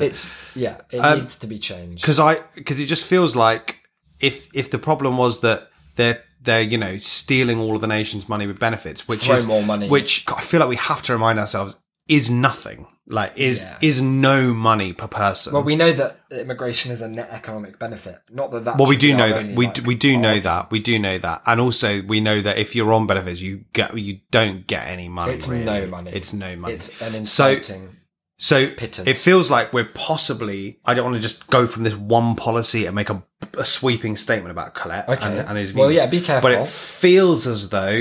A: It's yeah, it
B: Um,
A: needs to be changed.
B: because i because it just feels like if if the problem was that they're they're you know stealing all of the nation's money with benefits which
A: Throw
B: is
A: more money.
B: which i feel like we have to remind ourselves is nothing Like is
A: Yeah.
B: is no money per person.
A: Well, we know that immigration is a net economic benefit. Not that that.
B: Well, we
A: should be
B: do know
A: our
B: that
A: only,
B: we
A: like,
B: do, we do know
A: goal.
B: that we do know that, and also we know that if you're on benefits, you get you don't get any money.
A: It's
B: really.
A: no money.
B: It's no money.
A: It's an
B: So-
A: insulting.
B: so
A: pittance.
B: it feels like we're possibly. I don't want to just go from this one policy and make a, a sweeping statement about Colette
A: Okay.
B: and, and his views.
A: Well, yeah, be careful.
B: But it feels as though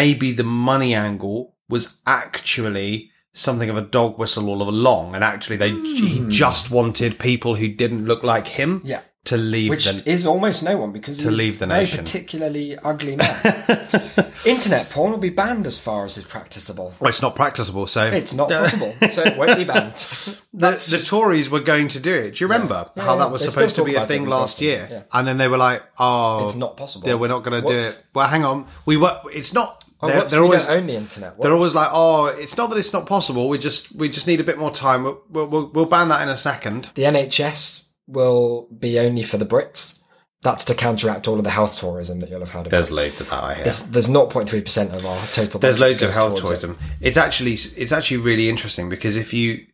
B: maybe the money angle was actually something of a dog whistle all along, and actually they he just wanted people who didn't look like him
A: Hmm. Yeah.
B: to leave.
A: which
B: the,
A: is almost no one because to
B: leave the
A: very
B: nation.
A: particularly ugly man. Internet porn will be banned as far as is practicable.
B: Well, it's not practicable, so
A: It's not possible, so it won't be banned.
B: The, the Tories were going to do it. Do you remember
A: Yeah,
B: how
A: yeah.
B: that was
A: They
B: supposed
A: still talk
B: to be a
A: about it
B: thing
A: in
B: last
A: Southampton,
B: year?
A: yeah.
B: And then they were like, "Oh,
A: It's not possible.
B: Yeah, we're not going to do
A: Whoops.
B: it." Well, hang on, we were. It's not.
A: Oh,
B: they're
A: whoops,
B: they're
A: we
B: always
A: don't own the internet.
B: they're
A: Whoops.
B: always like, "Oh, it's not that it's not possible. We just we just need a bit more time. We'll we'll, we'll, we'll ban that in a second.
A: the NHS will be only for the Brits. That's to counteract all of the health tourism that you'll have had.
B: There's loads of that. I hear.
A: It's- there's 0.3 percent of our total.
B: There's
A: budget
B: loads of
A: goes
B: health
A: towards it.
B: tourism. It's actually it's actually really interesting because if you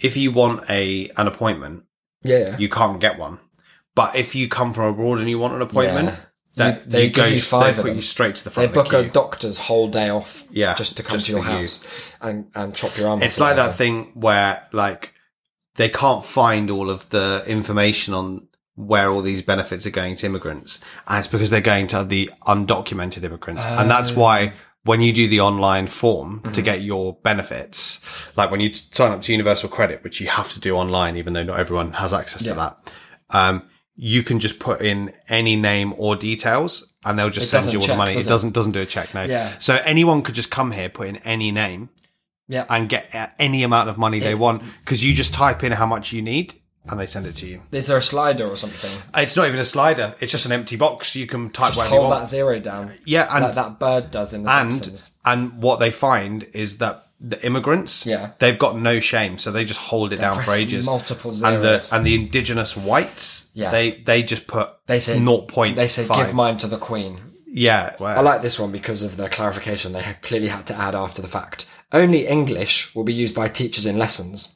B: if you want a an appointment,
A: Yeah, yeah.
B: you can't get one. But if you come from abroad and you want an appointment,
A: Yeah.
B: that
A: You- they
B: you go,
A: give you
B: they
A: five of
B: put
A: them.
B: you straight to the
A: they
B: front.
A: book
B: of
A: a
B: the queue.
A: doctor's whole day off,
B: Yeah,
A: just to come
B: just
A: to your
B: for you.
A: house and and chop your arm.
B: It's
A: off or
B: like that
A: whatever.
B: thing where like they can't find all of the information on where all these benefits are going to immigrants, and it's because they're going to the undocumented immigrants, and that's
A: Oh.
B: why. When you do the online form
A: Mm-hmm.
B: to get your benefits, like when you t- sign up to Universal Credit, which you have to do online, even though not everyone has access to that, um, you can just put in any name or details, and they'll just
A: It
B: send
A: doesn't
B: you all
A: check,
B: the money.
A: does
B: it
A: it?
B: doesn't doesn't do a check no.
A: Yeah.
B: So anyone could just come here, put in any name,
A: Yeah.
B: and get a- any amount of money they want because you just type in how much you need and they send it to you.
A: Is there a slider or something?
B: It's not even a slider; it's just an empty box. You can type
A: Just
B: whatever you
A: hold that
B: want.
A: zero down.
B: Yeah, and-
A: like that bird does in the
B: And
A: Simpsons.
B: and what they find is that the immigrants,
A: Yeah.
B: they've got no shame, so they just hold it down for
A: press
B: ages.
A: multiple
B: and the
A: zeros.
B: and the indigenous whites,
A: Yeah.
B: they they just put
A: They say
B: naught point.
A: They say
B: five.
A: give mine to the Queen.
B: yeah.
A: I like this one because of the clarification they had clearly had to add after the fact. Only English will be used by teachers in lessons.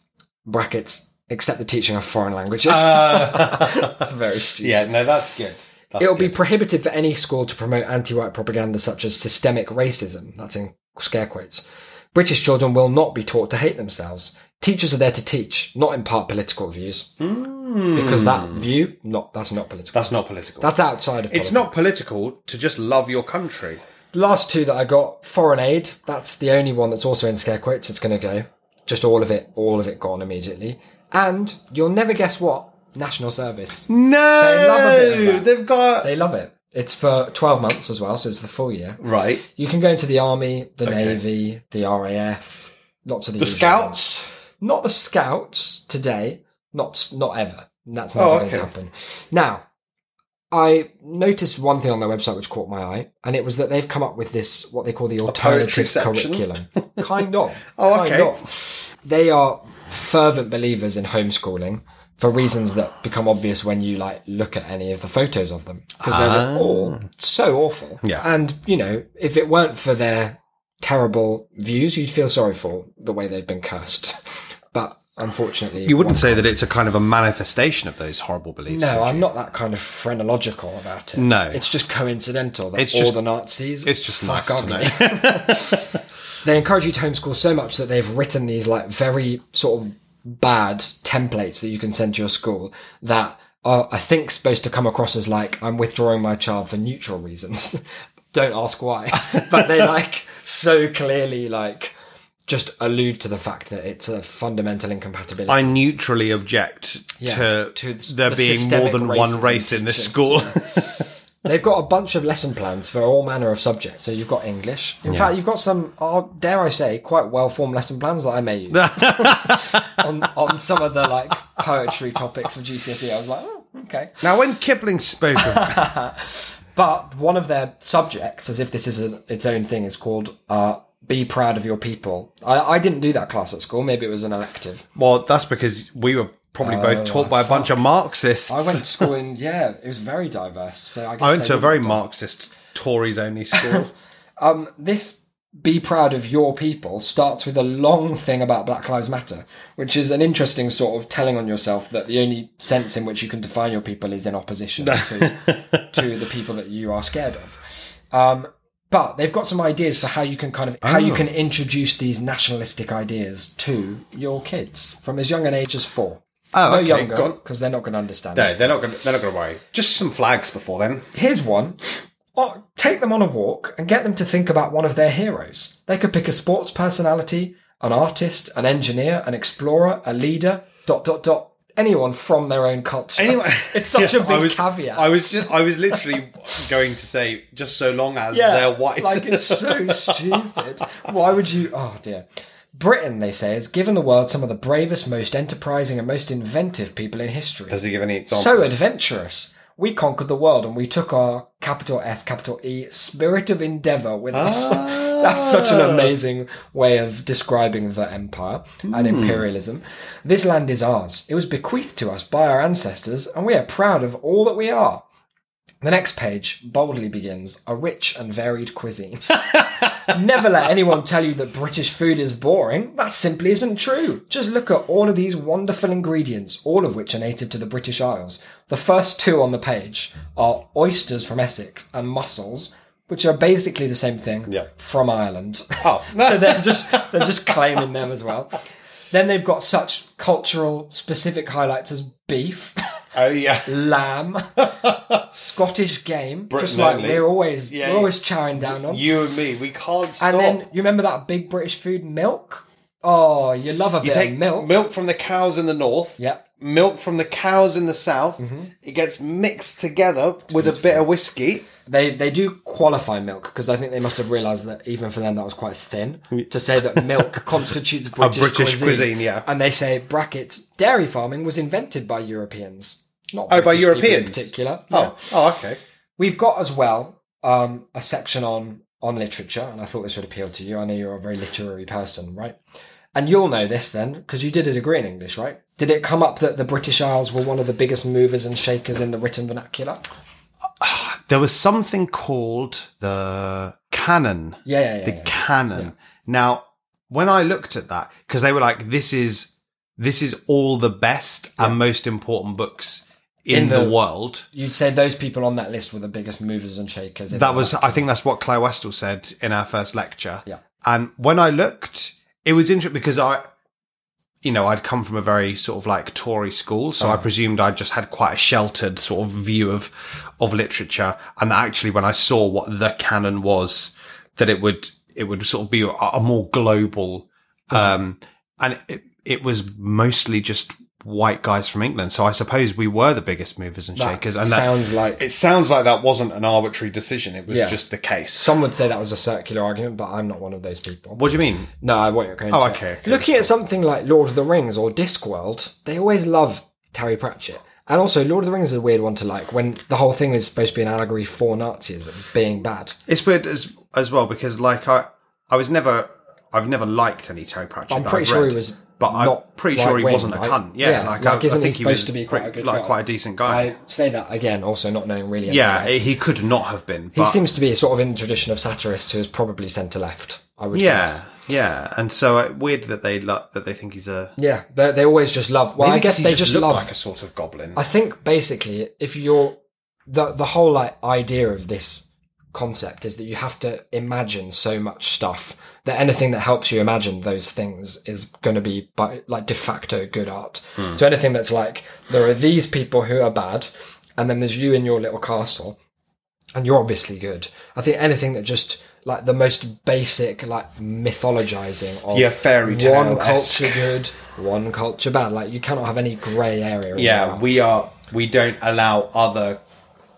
A: Brackets except the teaching of foreign languages.
B: Ah.
A: That's very stupid.
B: yeah, no, that's good. That's
A: It'll
B: good.
A: be prohibited for any school to promote anti-white propaganda such as systemic racism. That's in scare quotes. British children will not be taught to hate themselves. Teachers are there to teach, not impart political views.
B: Hmm.
A: Because that view, not that's not political.
B: that's not political.
A: That's outside of
B: it's
A: politics.
B: not political to just love your country.
A: last two that I got foreign aid. That's the only one that's also in scare quotes. It's going to go. Just all of it, all of it gone immediately. And you'll never guess what national service.
B: No,
A: They love a bit of that.
B: they've got
A: They love it. It's for twelve months as well, so it's the full year.
B: right
A: You can go into the army, the navy, the RAF, lots of the,
B: the
A: usual ones.
B: scouts.
A: Not the scouts today. Not not ever. That's never
B: Oh,
A: going
B: okay.
A: to happen. Now, I noticed one thing on their website which caught my eye, and it was that they've come up with this what they call the
B: poetry
A: alternative
B: section?
A: curriculum. kind of.
B: Oh,
A: kind
B: okay.
A: of. They are fervent believers in homeschooling for reasons that become obvious when you like look at any of the photos of them because they
B: Ah.
A: look all so awful.
B: Yeah.
A: And you know, if it weren't for their terrible views, you'd feel sorry for the way they've been cursed. But unfortunately,
B: You wouldn't say that it's a kind of a manifestation of those horrible beliefs.
A: No,
B: would
A: I'm
B: you?
A: not that kind of phrenological about it.
B: No.
A: it's just coincidental that
B: It's
A: all
B: just-
A: the Nazis.
B: It's just
A: fuck
B: nice to
A: ugly.
B: know.
A: They encourage you to homeschool so much that they've written these like very sort of bad templates that you can send to your school that are I think supposed to come across as like I'm withdrawing my child for neutral reasons. Don't ask why, but they like so clearly like just allude to the fact that it's a fundamental incompatibility.
B: I neutrally object
A: Yeah,
B: to,
A: to th-
B: there
A: the
B: being more
A: systemic
B: than one
A: racism
B: race in this
A: teachers.
B: school.
A: They've got a bunch of lesson plans for all manner of subjects. So you've got English. In fact, you've got some, uh, dare I say, quite well-formed lesson plans that I may use on, on some of the like poetry topics for GCSE. I was like, oh, okay.
B: now, when Kipling spoke of
A: But one of their subjects, as if this is a, its own thing, is called uh, "Be Proud of Your People." I, I didn't do that class at school. Maybe it was an elective.
B: well, that's because we were probably both taught by a bunch of Marxists.
A: Oh, I went to school in yeah, it was very diverse. So I, guess
B: I went
A: they
B: to a
A: didn't
B: very
A: do-
B: Marxist Tories only school.
A: this be proud of your people starts with a long thing about Black Lives Matter, which is an interesting sort of telling on yourself that the only sense in which you can define your people is in opposition to, to the people that you are scared of. Um, but they've got some ideas for how you can kind of how you
B: Oh.
A: can introduce these nationalistic ideas to your kids from as young an age as four.
B: Oh,
A: no
B: okay, go
A: younger
B: on.
A: because they're not going to understand.
B: No,
A: these
B: they're
A: things.
B: not gonna they're not gonna worry. Just some flags before then.
A: Here's one. Oh, take them on a walk and get them to think about one of their heroes. They could pick a sports personality, an artist, an engineer, an explorer, a leader, dot dot dot. Anyone from their own culture.
B: Anyway,
A: it's such
B: Yeah,
A: a big
B: I was,
A: caveat.
B: I was just, I was literally going to say, just so long as they're white.
A: Like it's so stupid. Why would you? Oh dear. Britain, they say, has given the world some of the bravest, most enterprising, and most inventive people in history.
B: Does he give any examples?
A: so adventurous. We conquered the world and we took our capital S, capital E, spirit of endeavor with us. That's such an amazing way of describing the empire and imperialism. This land is ours. It was bequeathed to us by our ancestors, and we are proud of all that we are. The next page boldly begins a rich and varied cuisine. Never let anyone tell you that British food is boring. That simply isn't true. Just look at all of these wonderful ingredients, all of which are native to the British Isles. The first two on the page are oysters from Essex and mussels, which are basically the same thing
B: Yeah.
A: from Ireland.
B: Oh.
A: so they're just they're just claiming them as well. Then they've got such cultural specific highlights as beef,
B: Oh yeah,
A: lamb, Scottish game, just
B: Britain
A: like
B: only.
A: we're always
B: Yeah,
A: we're
B: yeah.
A: always chowing down on.
B: you and me, we can't stop.
A: And then you remember that big British food, milk. Oh, you love a
B: you
A: bit
B: take
A: of milk.
B: milk from the cows in the north.
A: Yep.
B: Milk from the cows in the south.
A: Mm-hmm.
B: It gets mixed together with a bit of whiskey.
A: They they do qualify milk because I think they must have realised that even for them that was quite thin to say that milk constitutes British,
B: British
A: cuisine.
B: cuisine, yeah.
A: and they say brackets dairy farming was invented by Europeans. Not
B: Oh, by
A: British people
B: Europeans?
A: in particular. Yeah.
B: Oh, oh, okay.
A: We've got as well um, a section on on literature, and I thought this would appeal to you. I know you're a very literary person, right? And you'll know this then because you did a degree in English, right? Did it come up that the British Isles were one of the biggest movers and shakers in the written vernacular?
B: There was something called the canon.
A: Yeah, yeah, yeah.
B: the
A: yeah.
B: canon. Now, when I looked at that, because they were like, "This is this is all the best and most important books in,
A: In
B: the,
A: the-
B: world."
A: You'd say those people on that list were the biggest movers and shakers. In
B: That
A: the
B: was, I think, that's what Claire Westall said in our first lecture.
A: Yeah.
B: And when I looked, it was interesting because I, you know, I'd come from a very sort of like Tory school, so I
A: Uh-huh.
B: presumed I just had quite a sheltered sort of view of of literature. And actually, when I saw what the canon was, that it would it would sort of be a, a more global, um, and it, it was mostly just white guys from England. So I suppose we were the biggest movers and
A: That
B: shakers. And that,
A: sounds like
B: it sounds like that wasn't an arbitrary decision. It was
A: Yeah.
B: just the case.
A: some would say that was a circular argument, but I'm not one of those people.
B: what do you mean?
A: No, I won't go into
B: Oh,
A: it.
B: okay, okay.
A: Looking at something like Lord of the Rings or Discworld, they always love Terry Pratchett. And also, Lord of the Rings is a weird one to like when the whole thing is supposed to be an allegory for Nazism being bad.
B: It's weird as as well because like I I was never I've never liked any Terry Pratchett.
A: I'm
B: that
A: pretty
B: I've
A: sure
B: read,
A: he was
B: But I'm
A: not
B: pretty sure he
A: right-wing,
B: wasn't a
A: right?
B: cunt. Yeah,
A: Yeah,
B: like,
A: like,
B: I,
A: isn't
B: I
A: he
B: think was
A: supposed to be quite a good
B: like
A: guy?
B: quite a decent guy.
A: I say that again, also not knowing really.
B: yeah,
A: anything about it.
B: he could not have been.
A: he
B: but-
A: seems to be sort of in the tradition of satirists who is probably centre left. I would
B: yeah,
A: guess.
B: yeah, and so uh, weird that they lo- that they think he's a.
A: Yeah, they, they always just love. Well,
B: Maybe
A: I guess
B: 'cause he
A: they just,
B: looked
A: love.
B: like a sort of goblin.
A: I think basically, if you're the the whole like idea of this concept is that you have to imagine so much stuff that anything that helps you imagine those things is going to be by, like de facto good art.
B: Hmm.
A: So anything that's like there are these people who are bad, and then there's you in your little castle, and you're obviously good. I think anything that just like the most basic like mythologizing of
B: Yeah, fairy
A: one
B: tale-esque.
A: culture good, one culture bad. Like you cannot have any grey area. in your
B: yeah,
A: art.
B: we are. We don't allow other.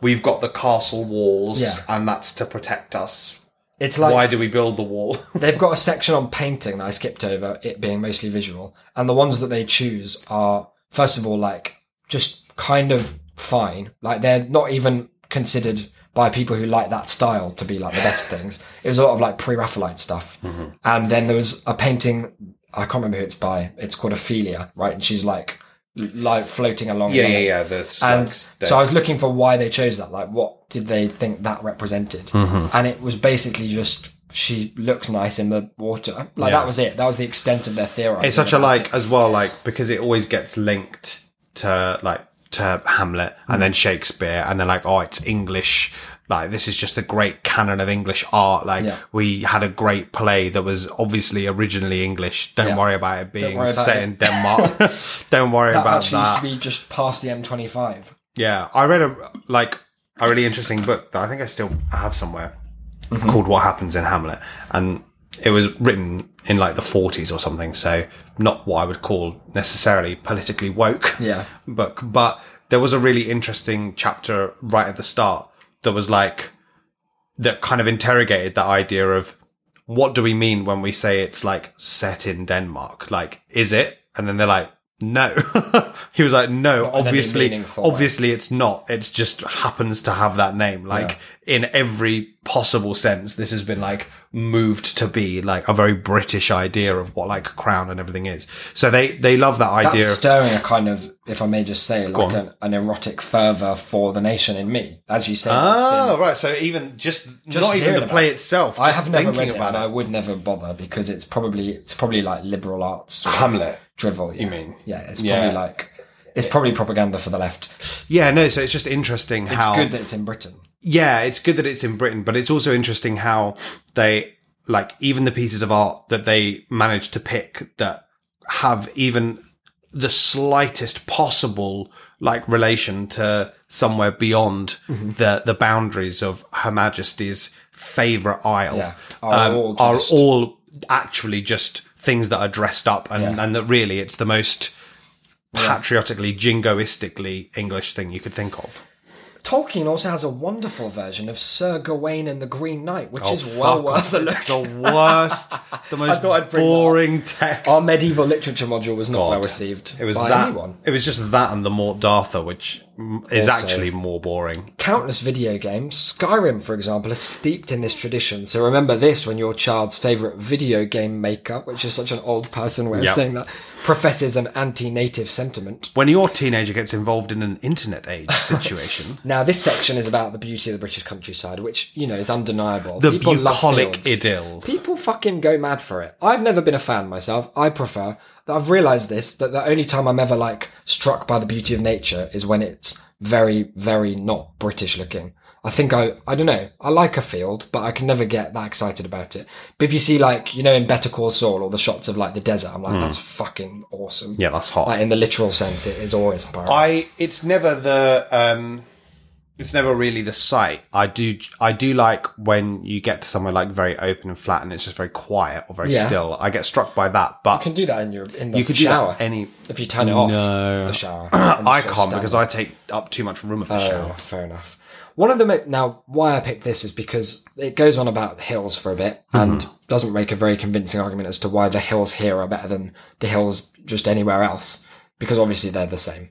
B: We've got the castle walls,
A: Yeah.
B: and that's to protect us.
A: It's like
B: Why do we build the wall?
A: they've got a section on painting that I skipped over, it being mostly visual. And the ones that they choose are, first of all, like just kind of fine. Like they're not even considered by people who like that style to be like the best things. It was a lot of like pre Raphaelite stuff.
B: Mm-hmm.
A: And then there was a painting, I can't remember who it's by. It's called Ophelia, right? And she's like, like floating along.
B: yeah,
A: the-
B: yeah, yeah. The
A: and
B: slugs,
A: so I was looking
B: Mm-hmm.
A: for why they chose that. Like, what did they think that represented? And it was basically just she looks nice in the water. Like
B: Yeah.
A: that was it. That was the extent of their theory.
B: It's such a like as well, like because it always gets linked to like to Hamlet
A: Mm.
B: and then Shakespeare, and then like oh, it's English. Like this is just the great canon of English art. Like
A: Yeah.
B: we had a great play that was obviously originally English. Don't
A: Yeah.
B: worry about it being
A: worry about
B: set
A: it.
B: in Denmark. Don't worry
A: that
B: about
A: actually
B: that.
A: used to be just past the M25.
B: Yeah, I read a like a really interesting book that I think I still have somewhere called "What Happens in Hamlet," and it was written in like the forties or something. So not what I would call necessarily politically woke
A: Yeah.
B: book, but there was a really interesting chapter right at the start that was like that kind of interrogated that idea of what do we mean when we say it's like set in Denmark? Like, is it? And then they're like, no. he was like, no,
A: any
B: obviously,
A: meaningful way.
B: obviously it's not. It's just happens to have that name. Like in every possible sense, this has been like moved to be like a very British idea of what like crown and everything is. So they, they love that
A: That's
B: idea.
A: stirring a kind of, if I may just say, like
B: on.
A: an, an erotic fervor for the nation in me. As you say, Ah,
B: Oh, right. So even just,
A: Just
B: not even
A: hearing
B: the
A: about
B: play
A: it.
B: itself.
A: I
B: just
A: have never read
B: thinking
A: it,
B: about
A: and I would never bother because it's probably it's probably like liberal arts sort of
B: Hamlet.
A: drivel. You
B: mean.
A: Yeah, it's
B: Yeah.
A: probably like it's probably propaganda for the left. It's
B: Yeah, no. So it's just interesting how
A: good that it's in Britain.
B: yeah, it's good that it's in Britain, but it's also interesting how they like even the pieces of art that they manage to pick that have even the slightest possible like relation to somewhere beyond
A: Mm-hmm.
B: the the boundaries of Her Majesty's favorite isle
A: Yeah, are all
B: are
A: just-
B: all actually just things that are dressed up and,
A: Yeah.
B: and that really it's the most patriotically jingoistically English thing you could think of.
A: Tolkien also has a wonderful version of Sir Gawain and the Green Knight, which
B: Oh,
A: is well
B: fuck
A: worth
B: off.
A: a
B: It's
A: look.
B: The worst, the most
A: thought I'd bring that up.
B: boring text.
A: Our medieval literature module was not well
B: God.
A: received.
B: it was
A: Um, by
B: that.
A: anyone.
B: It was just that and the Mort Dartha, which mm, is
A: Also-
B: actually more boring.
A: countless video games. Skyrim, for example, is steeped in this tradition. So remember this when your child's favorite video game maker, which is such an old person way of
B: Yeah.
A: saying that, professes an anti-native sentiment.
B: When your teenager gets involved in an internet age situation,
A: Now, this section is about the beauty of the British countryside, which you know is undeniable.
B: the
A: love
B: bucolic
A: fields.
B: idyll.
A: People fucking go mad for it. I've never been a fan myself. I prefer that I've realized this that the only time I'm ever like struck by the beauty of nature is when it's very, very not British looking. I think I, I don't know. I like a field, but I can never get that excited about it. But if you see like, you know, in Better Call Saul or the shots of like the desert, I'm like, that's fucking awesome.
B: Hmm. Yeah, that's hot.
A: Like in the literal sense, it is always inspiring.
B: I it's never the um it's never really the sight. I do I do like when you get to somewhere like very open and flat and it's just very quiet or very
A: Yeah.
B: still. I get struck by that, but
A: you can do that in your in the
B: you could do that
A: shower.
B: any
A: if you turn it off,
B: No.
A: the shower. and
B: I
A: sort of
B: can't
A: stand Oh,
B: because I take up too much room of the
A: Fair
B: shower.
A: enough, fair enough. One of the mo- now why I picked this is because it goes on about hills for a bit
B: Mm-hmm.
A: and doesn't make a very convincing argument as to why the hills here are better than the hills just anywhere else because obviously they're the same.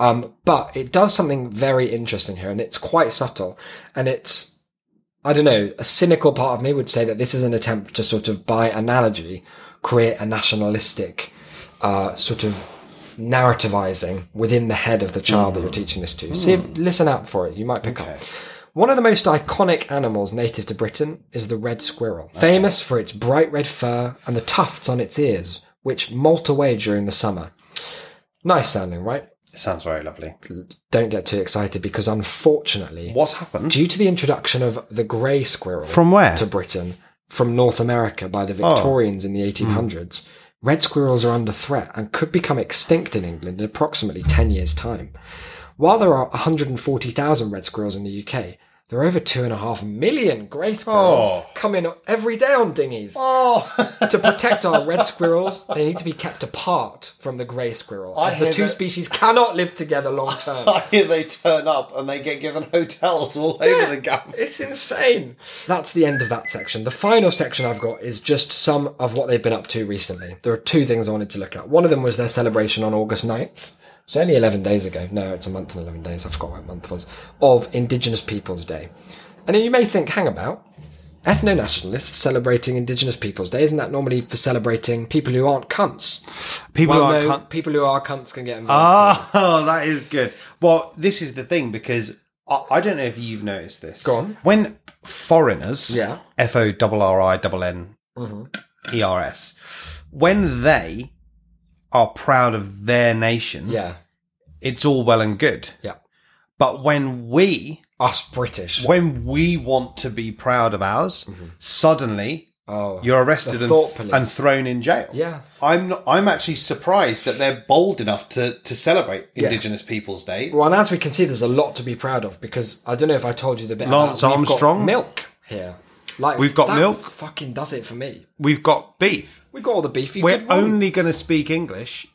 A: Um, but it does something very interesting here and it's quite subtle and it's I don't know, a cynical part of me would say that this is an attempt to sort of, by analogy, create a nationalistic uh, sort of narrativizing within the head of the child that you're teaching this to. See, if- listen out for it. You might pick up. One of the most iconic animals native to Britain is the red squirrel, famous for its bright red fur and the tufts on its ears, which molt away during the summer. Nice sounding, right?
B: It sounds very lovely.
A: Don't get too excited because unfortunately,
B: What's happened?
A: due to the introduction of the grey squirrel
B: From where?
A: to Britain from North America by the
B: Oh.
A: Victorians
B: Hmm.
A: in the 1800s, red squirrels are under threat and could become extinct in England in approximately 10 years' time. While there are 140,000 red squirrels in the UK, there are over two and a half million grey squirrels
B: Oh.
A: coming every day on dinghies.
B: Oh,
A: To protect our red squirrels, they need to be kept apart from the grey squirrel, as the
B: hear
A: two
B: that-
A: species cannot live together long term.
B: here they turn up and they get given hotels all over the gap.
A: It's insane. That's the end of that section. The final section I've got is just some of what they've been up to recently. There are two things I wanted to look at. One of them was their celebration on August 9th. So only 11 days ago. No, it's a month and 11 days. I forgot what month was. Of Indigenous Peoples Day. And you may think, hang about. Ethno nationalists celebrating Indigenous Peoples Day. Isn't that normally for celebrating people who aren't cunts?
B: People
A: Well,
B: are
A: no,
B: cunt-
A: people who are cunts can get involved.
B: Oh, that is good. Well, this is the thing because I, I don't know if you've noticed this.
A: Go on.
B: When foreigners,
A: Yeah.
B: F O R R I N N E R S,
A: Mm-hmm.
B: when they are proud of their nation,
A: Yeah.
B: it's all well and good.
A: Yeah.
B: But when we
A: Us British.
B: when we want to be proud of ours,
A: Mm-hmm.
B: suddenly
A: Oh.
B: you're arrested
A: The
B: and,
A: thought police.
B: and thrown in jail.
A: Yeah.
B: I'm not, I'm actually surprised that they're bold enough to to celebrate
A: Yeah.
B: Indigenous Peoples Day.
A: Well, and as we can see, there's a lot to be proud of because I don't know if I told you the bit.
B: Lance
A: about, we've got
B: Armstrong?
A: milk here. Like
B: We've got
A: that
B: milk.
A: Fucking does it for me.
B: We've got beef.
A: We got all the beef. You
B: We're
A: could want.
B: only going to speak English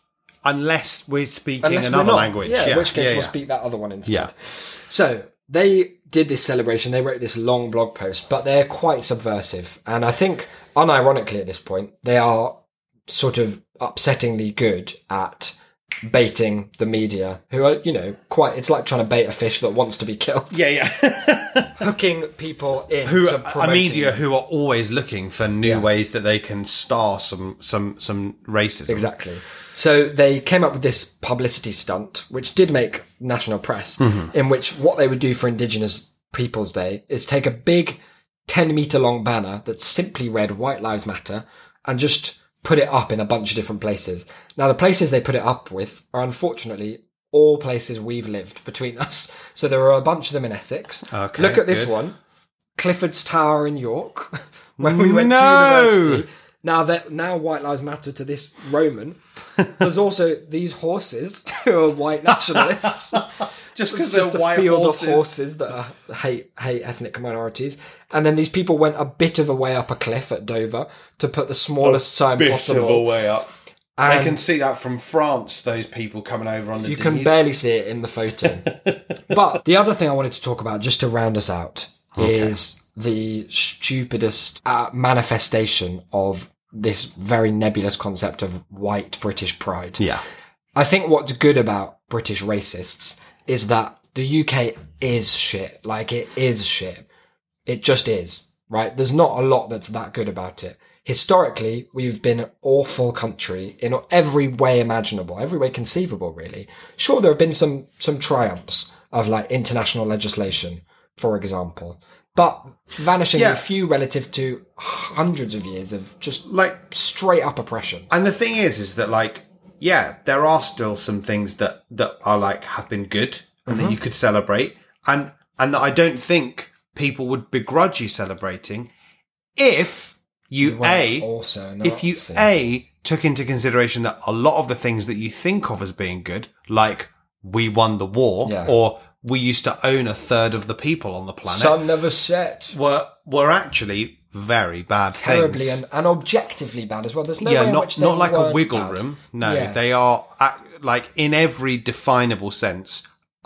B: unless we're speaking
A: Unless we're
B: another
A: not.
B: language.
A: Yeah, in which case
B: yeah,
A: we'll
B: yeah.
A: speak that other one instead.
B: Yeah.
A: So they did this celebration. They wrote this long blog post, but they're quite subversive, and I think, unironically, at this point, they are sort of upsettingly good at baiting the media, who are you know quite. It's like trying to bait a fish that wants to be killed,
B: Yeah, yeah.
A: hooking people in
B: who
A: to
B: a
A: promoting-
B: media who are always looking for new ways that they can star some some some racism.
A: Exactly. So they came up with this publicity stunt, which did make national press,
B: Mm-hmm.
A: in which what they would do for Indigenous Peoples Day is take a big 10 meter long banner that simply read White Lives Matter and just put it up in a bunch of different places. Now, the places they put it up with are unfortunately all places we've lived between us. So there are a bunch of them in Essex.
B: Okay,
A: Look at this
B: good.
A: one. Clifford's Tower in York, when we went
B: No!
A: to university. Now that now White Lives Matter to this Roman, there's also these horses who are white nationalists.
B: Just
A: It's just
B: because they're
A: a
B: white
A: field
B: horses.
A: of horses that are, hate hate ethnic minorities, and then these people went a bit of a way up a cliff at Dover to put the smallest sign
B: Bit of a
A: possible.
B: way up. I
A: And
B: can see that from France. Those people coming over on the
A: you can
B: D's.
A: barely see it in the photo. but the other thing I wanted to talk about, just to round us out, is the stupidest uh, manifestation of this very nebulous concept of white British pride.
B: Yeah,
A: I think what's good about British racists is that the UK is shit. Like it is shit. It just is, right? There's not a lot that's that good about it. Historically, we've been an awful country in every way imaginable, every way conceivable, really. Sure, there have been some, some triumphs of like international legislation, for example, but vanishingly
B: Yeah.
A: few relative to hundreds of years of just
B: like
A: straight up oppression.
B: And the thing is, is that like, yeah, there are still some things that that are like have been good and
A: Mm-hmm.
B: that you could celebrate, and and that I don't think people would begrudge you celebrating if you, a
A: also an
B: if you
A: Nazi.
B: a took into consideration that a lot of the things that you think of as being good, like we won the war
A: Yeah.
B: or we used to own a third of the people on the planet,
A: sun never set.
B: were were actually very bad
A: terribly
B: things.
A: and, and objectively bad as well. There's no way
B: yeah,
A: in
B: not
A: which they
B: not like a
A: weren't
B: wiggle
A: bad.
B: room. No,
A: Yeah.
B: they are ac- like in every definable sense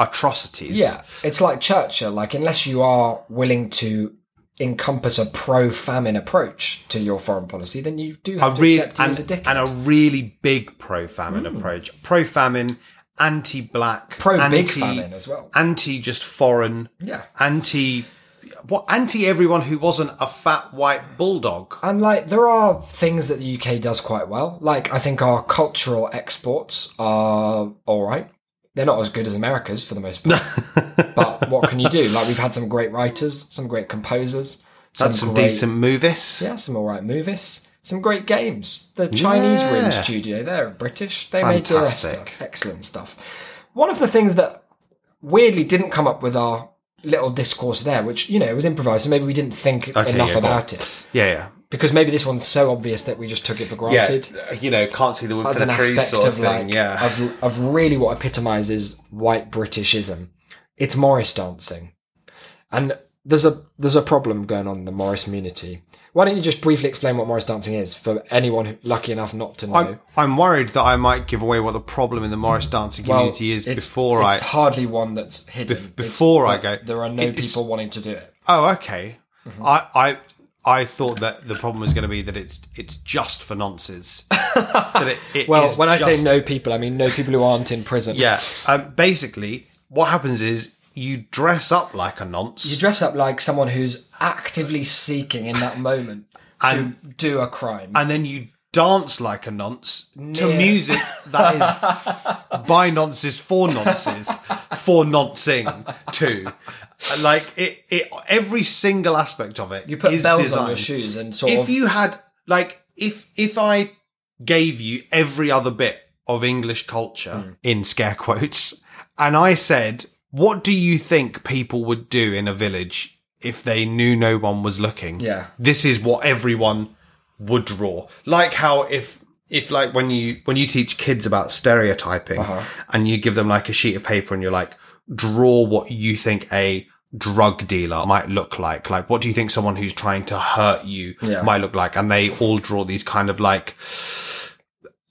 B: atrocities.
A: Yeah, it's like Churchill. Like unless you are willing to encompass a pro-famine approach to your foreign policy, then you do
B: a
A: have to
B: real
A: accept him
B: and,
A: as a dickhead. Hmm.
B: and a really big pro famine approach. Pro famine, anti black,
A: Pro big famine as well.
B: anti just foreign,
A: Yeah.
B: anti what anti everyone who wasn't a fat white bulldog.
A: And like there are things that the UK does quite well. Like I think our cultural exports are all right. They're not as good as America's for the most part. but what can you do? Like we've had some great writers, some great composers,
B: That's some
A: great-
B: decent movies.
A: Yeah, some all right movies. Some great games. The Chinese
B: Yeah.
A: Rim Studio, they're British. They made their
B: Fantastic.
A: stuff. Excellent stuff. One of the things that weirdly didn't come up with our little discourse there, which, you know, it was improvised, so maybe we didn't think enough
B: yeah, go on.
A: about it.
B: Yeah, yeah.
A: Because maybe this one's so obvious that we just took it for
B: Yeah,
A: granted.
B: you know, can't see the wood
A: As
B: for
A: an
B: the tree
A: aspect
B: sort of
A: of
B: thing.
A: like
B: yeah,
A: of, of really what epitomizes white Britishism. It's Morris dancing. And there's a there's a problem going on in the Morris community. Why don't you just briefly explain what Morris dancing is for anyone who, lucky enough not to know?
B: I'm, I'm worried that I might give away what the problem in the Morris dancing
A: Mm. Well,
B: community is
A: it's-
B: before
A: it's
B: I.
A: hardly one that's hidden. It's
B: before I
A: that
B: go-
A: there are no
B: it's-
A: people wanting to do it.
B: Oh, okay.
A: Mm-hmm.
B: I, I I thought that the problem was going to be that it's it's just for nonsense. that it, it
A: Well,
B: is
A: when I say
B: just-
A: no people, I mean no people who aren't in prison.
B: yeah. Um, basically, what happens is you dress up like a nonce.
A: you dress up like someone who's actively seeking in that moment to do a crime.
B: and then you dance like a nonce to music that is by nonces for nonces. for noncing too. Like it, it every single aspect of it.
A: You put
B: is
A: bells on your
B: designed.
A: shoes and sort
B: If
A: of.
B: you had like if if I gave you every other bit of English culture
A: Hmm.
B: in scare quotes, and I said, "What do you think people would do in a village if they knew no one was looking?"
A: Yeah.
B: this is what everyone would draw. Like how if if like when you when you teach kids about stereotyping
A: Uh-huh.
B: and you give them like a sheet of paper and you're like draw what you think a drug dealer might look like like what do you think someone who's trying to hurt you
A: Yeah.
B: might look like and they all draw these kind of like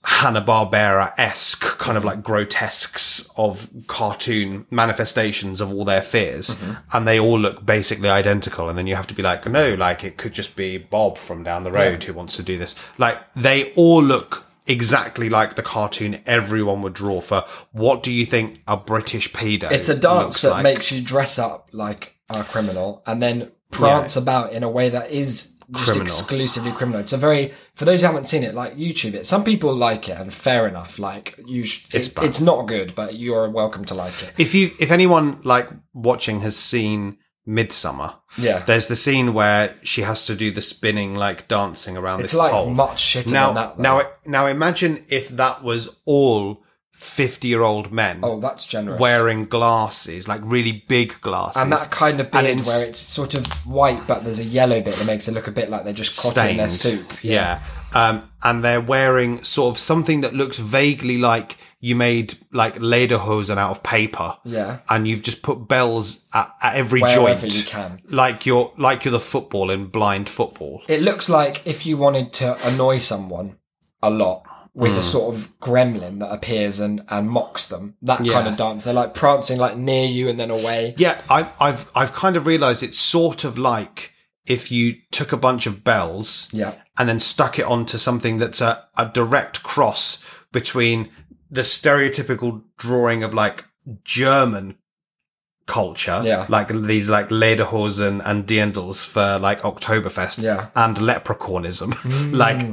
B: Hanna-Barbera-esque kind of like grotesques of cartoon manifestations of all their fears
A: Mm-hmm.
B: and they all look basically identical and then you have to be like no like it could just be Bob from down the road who wants to do this like they all look exactly like the cartoon everyone would draw for what do you think a British pedo
A: It's a dance
B: looks
A: that
B: like?
A: makes you dress up like a criminal and then prance about in a way that is just
B: Criminal.
A: exclusively criminal. It's a very for those who haven't seen it, like YouTube. It some people like it, and fair enough. Like you, sh-
B: It's
A: it-
B: bad.
A: it's not good, but you're welcome to like it.
B: if you if anyone like watching has seen Midsummer
A: Yeah,
B: There's the scene where she has to do the spinning, like dancing around
A: it's
B: this
A: like
B: pole.
A: much shitter
B: now,
A: than that. though.
B: now, now, imagine if that was all fifty-year-old men
A: oh, that's generous.
B: wearing glasses, like really big glasses,
A: and that kind of
B: and
A: beard
B: ins-
A: where it's sort of white, but there's a yellow bit that makes it look a bit like they're just clotting their soup.
B: Yeah. Um, and they're wearing sort of something that looks vaguely like you made like lederhosen out of paper.
A: Yeah.
B: And you've just put bells at, at every
A: Wherever
B: joint.
A: you can.
B: Like you're like you're the football in blind football.
A: It looks like if you wanted to annoy someone a lot with
B: Hmm.
A: a sort of gremlin that appears and, and mocks them, that kind
B: Yeah.
A: of dance. They're like prancing like near you and then away.
B: Yeah, I, I've I've kind of realised it's sort of like if you took a bunch of bells,
A: Yeah.
B: and then stuck it onto something that's a, a direct cross between the stereotypical drawing of like German culture,
A: Yeah.
B: like these like lederhosen and dirndls for like Oktoberfest,
A: Yeah. Hmm.
B: and leprechaunism, like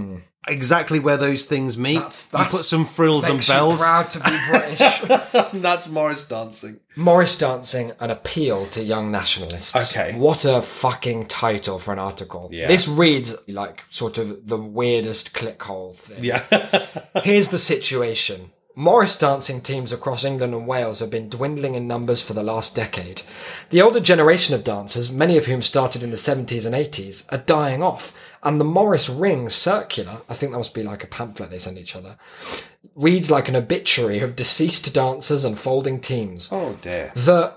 B: exactly where those things meet.
A: That's- that's-
B: you put some frills and
A: Makes you
B: bells.
A: proud to be British.
B: that's Morris dancing.
A: Morris dancing, an appeal to young nationalists.
B: Okay.
A: What a fucking title for an article.
B: Yeah.
A: This reads like sort of the weirdest clickhole thing.
B: Yeah.
A: Here's the situation. Morris dancing teams across England and Wales have been dwindling in numbers for the last decade. The older generation of dancers, many of whom started in the 70s and 80s, are dying off, and the Morris Ring circular, I think that must be like a pamphlet they send each other, reads like an obituary of deceased dancers and folding teams.
B: oh dear.
A: The,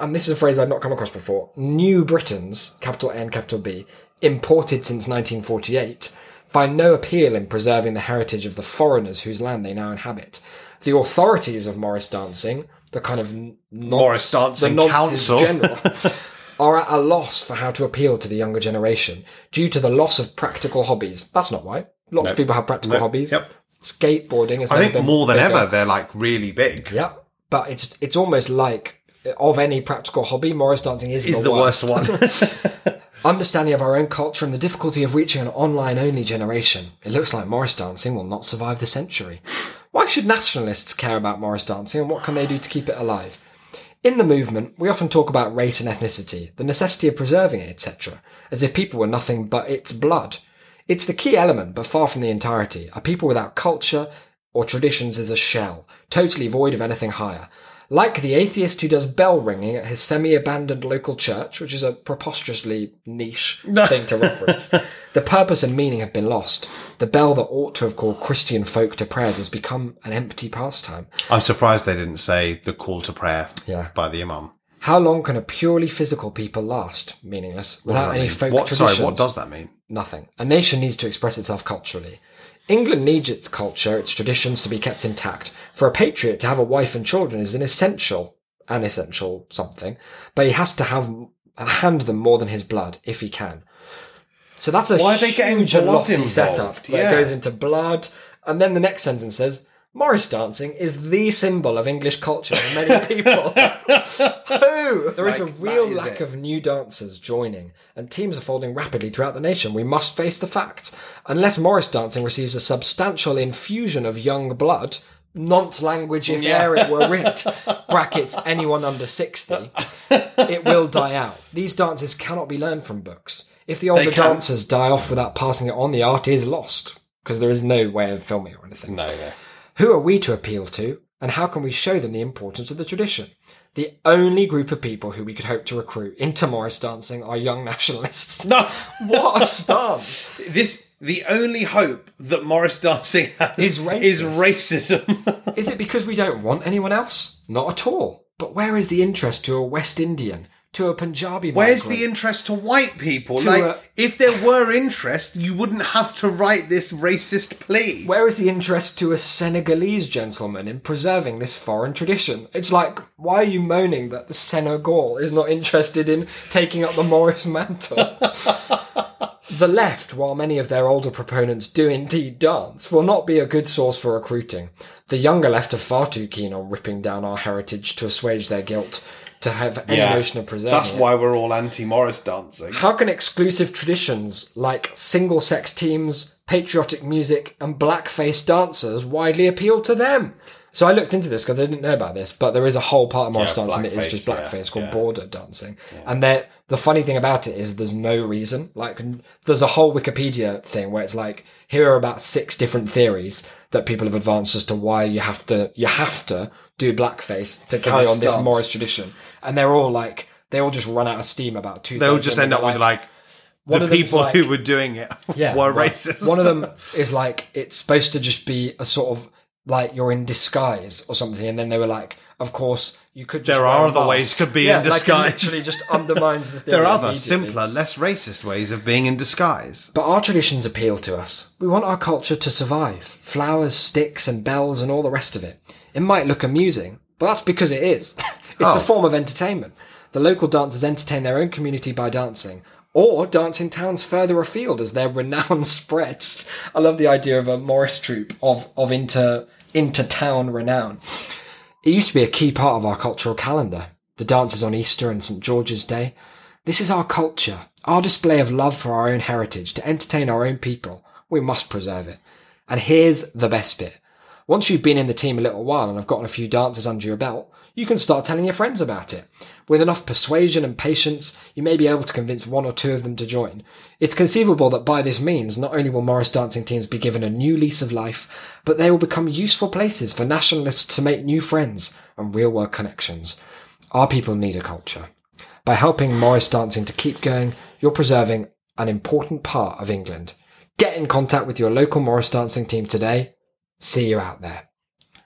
A: and this is a phrase I've not come across before, New Britons, capital N, capital B, imported since 1948, find no appeal in preserving the heritage of the foreigners whose land they now inhabit. The authorities of Morris dancing, the kind of n- nonce-
B: Morris Dancing
A: the nonsense
B: Council.
A: general, are at a loss for how to appeal to the younger generation due to the loss of practical hobbies. That's not right. Lots of people have practical
B: No.
A: hobbies.
B: Yep.
A: Skateboarding is
B: I think more than ever, they're like really big.
A: yeah, but it's it's almost like uh, of any practical hobby, Morris dancing is,
B: Is the worst one.
A: Understanding of our own culture and the difficulty of reaching an online only generation. It looks like Morris dancing will not survive the century. Why should nationalists care about Morris dancing and what can they do to keep it alive? In the movement, we often talk about race and ethnicity, the necessity of preserving it, etc., as if people were nothing but its blood. It's the key element, but far from the entirety. A people without culture or traditions is a shell, totally void of anything higher. Like the atheist who does bell ringing at his semi abandoned local church, which is a preposterously niche thing to reference, the purpose and meaning have been lost. The bell that ought to have called Christian folk to prayers has become an empty pastime.
B: I'm surprised they didn't say the call to prayer
A: Yeah.
B: by the imam.
A: How long can a purely physical people last, meaningless, without any folk
B: what,
A: traditions?
B: sorry, what does that mean?
A: Nothing. A nation needs to express itself culturally. England needs its culture, its traditions to be kept intact. For a patriot to have a wife and children is an essential, an essential something, but he has to have hand them more than his blood if he can. So that's a
B: Why are they getting
A: huge and
B: blood
A: lofty
B: involved?
A: setup. that
B: Yeah.
A: goes into blood, and then the next sentence says. Morris dancing is the symbol of English culture for many people. Who? There is a real
B: is
A: lack
B: it.
A: of new dancers joining, and teams are folding rapidly throughout the nation. We must face the facts. Unless Morris dancing receives a substantial infusion of young blood, nonce language if
B: Yeah.
A: air it were writ brackets anyone under 60 it will die out these dances cannot be learned from books if the older
B: can.
A: dancers die off without passing it on the art is lost because there is no way of filming or anything
B: No, no.
A: who are we to appeal to, and how can we show them the importance of the tradition? The only group of people who we could hope to recruit into Morris dancing are young nationalists.
B: No.
A: What a stance!
B: This the only hope that Morris dancing has
A: Is racist.
B: is racism.
A: Is it because we don't want anyone else? Not at all. But where is the interest to a West Indian, to a Punjabi
B: Where's
A: migrant?
B: the interest to white people?
A: To,
B: like,
A: uh,
B: if there were interest, you wouldn't have to write this racist plea.
A: Where is the interest to a Senegalese gentleman in preserving this foreign tradition? It's like, why are you moaning that the Senegal is not interested in taking up the Morris mantle? the left, while many of their older proponents do indeed dance, will not be a good source for recruiting. The younger left are far too keen on ripping down our heritage to assuage their guilt, to have any notion of preserving
B: That's
A: it.
B: why we're all anti-Morris dancing.
A: How can exclusive traditions like single sex teams, patriotic music, and blackface dancers widely appeal to them? So I looked into this because I didn't know about this, but there is a whole part of Morris
B: Yeah,
A: dancing that is
B: blackface,
A: just
B: yeah,
A: blackface called
B: yeah.
A: border dancing. And that the funny thing about it is there's no reason. Like there's a whole Wikipedia thing where it's like here are about six different theories that people have advanced as to why you have to you have to do blackface to carry
B: this
A: on this
B: dance.
A: Morris tradition. And they're all like they all just run out of steam about two
B: They'll
A: things
B: just
A: and
B: end
A: they're
B: up with like the
A: of them's
B: people
A: like-
B: who were doing it were
A: right.
B: racist.
A: One of them is like it's supposed to just be a sort of like you're in disguise or something, and then they were like, "Of course, you could." Just
B: There
A: wear
B: are
A: a
B: other
A: mask.
B: ways to be
A: yeah,
B: in
A: Like
B: disguise.
A: it literally, just undermines the.
B: there
A: theory
B: are other
A: immediately.
B: simpler, less racist ways of being in disguise.
A: But our traditions appeal to us. We want our culture to survive. Flowers, sticks, and bells, and all the rest of it. It might look amusing, but that's because it is. it's
B: Oh.
A: a form of entertainment. The local dancers entertain their own community by dancing, or dance in towns further afield as their renown spreads. I love the idea of a Morris troupe of, of inter, inter-town renown. It used to be a key part of our cultural calendar. The dances on Easter and St. George's Day. This is our culture, our display of love for our own heritage, to entertain our own people. We must preserve it. And here's the best bit. Once you've been in the team a little while and have gotten a few dances under your belt, you can start telling your friends about it. With enough persuasion and patience, you may be able to convince one or two of them to join. It's conceivable that by this means, not only will Morris dancing teams be given a new lease of life, but they will become useful places for nationalists to make new friends and real world connections. Our people need a culture. By helping Morris Dancing to keep going, you're preserving an important part of England. Get in contact with your local Morris Dancing team today. See you out there.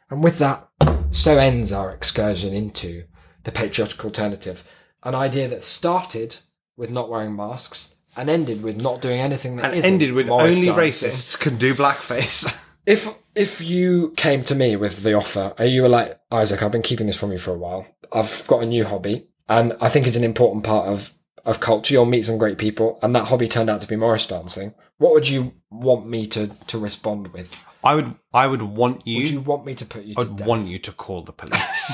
A: And with that, so ends our excursion into the patriotic alternative, an idea that started with not wearing masks and ended with not doing anything that
B: And
A: isn't
B: ended with
A: Morris
B: only
A: dancing.
B: racists can do blackface.
A: If if you came to me with the offer, and you were like, Isaac, I've been keeping this from you for a while. I've got a new hobby, and I think it's an important part of of culture. You'll meet some great people, and that hobby turned out to be Morris dancing. What would you want me to to respond with?
B: I would, I would want you.
A: Would you want me to put you?
B: I
A: To
B: would
A: death?
B: want you to call the police.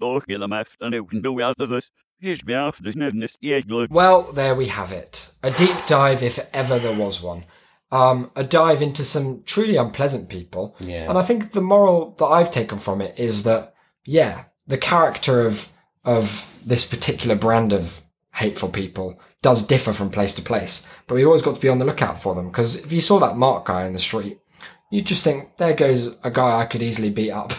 D: Talking them after they can do out of this. Here's me after this newness, yeah, look.
A: Well, there we have it. A deep dive, if ever there was one. Um, a dive into some truly unpleasant people.
B: Yeah.
A: And I think the moral that I've taken from it is that, yeah, the character of of this particular brand of hateful people does differ from place to place. But we've always got to be on the lookout for them because if you saw that Mark guy in the street, you just think, there goes a guy I could easily beat up.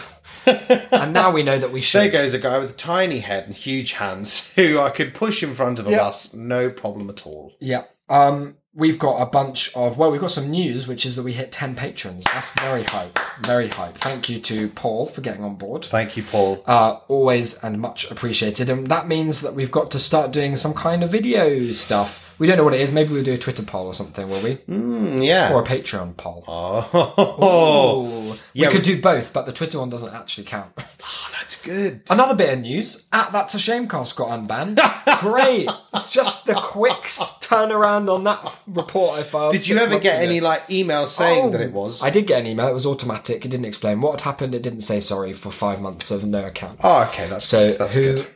A: and now we know that we should.
B: there goes a guy with a tiny head and huge hands who I could push in front of a
A: Yeah.
B: bus, no problem at all.
A: Yeah. Um, we've got a bunch of well, we've got some news, which is that we hit ten patrons. That's very hype, very hype. Thank you to Paul for getting on board.
B: Thank you, Paul.
A: Uh, always and much appreciated. And that means that we've got to start doing some kind of video stuff. We don't know what it is. Maybe we'll do a Twitter poll or something, will we?
B: Mm, yeah.
A: Or a Patreon poll.
B: oh,
A: Ooh.
B: Uh, Yeah,
A: we could
B: we-
A: do both, but the Twitter one doesn't actually count.
B: that's good.
A: Another bit of news: at that's a shamecast got unbanned. Great, just the quick s- turnaround on that f- report I filed.
B: Did you
A: six
B: ever
A: months
B: get
A: ago.
B: any like email saying
A: Oh,
B: that it was?
A: I did get an email. It was automatic. It didn't explain what had happened. It didn't say sorry for five months of no account.
B: oh, okay, that's
A: so
B: good. That's
A: who
B: good.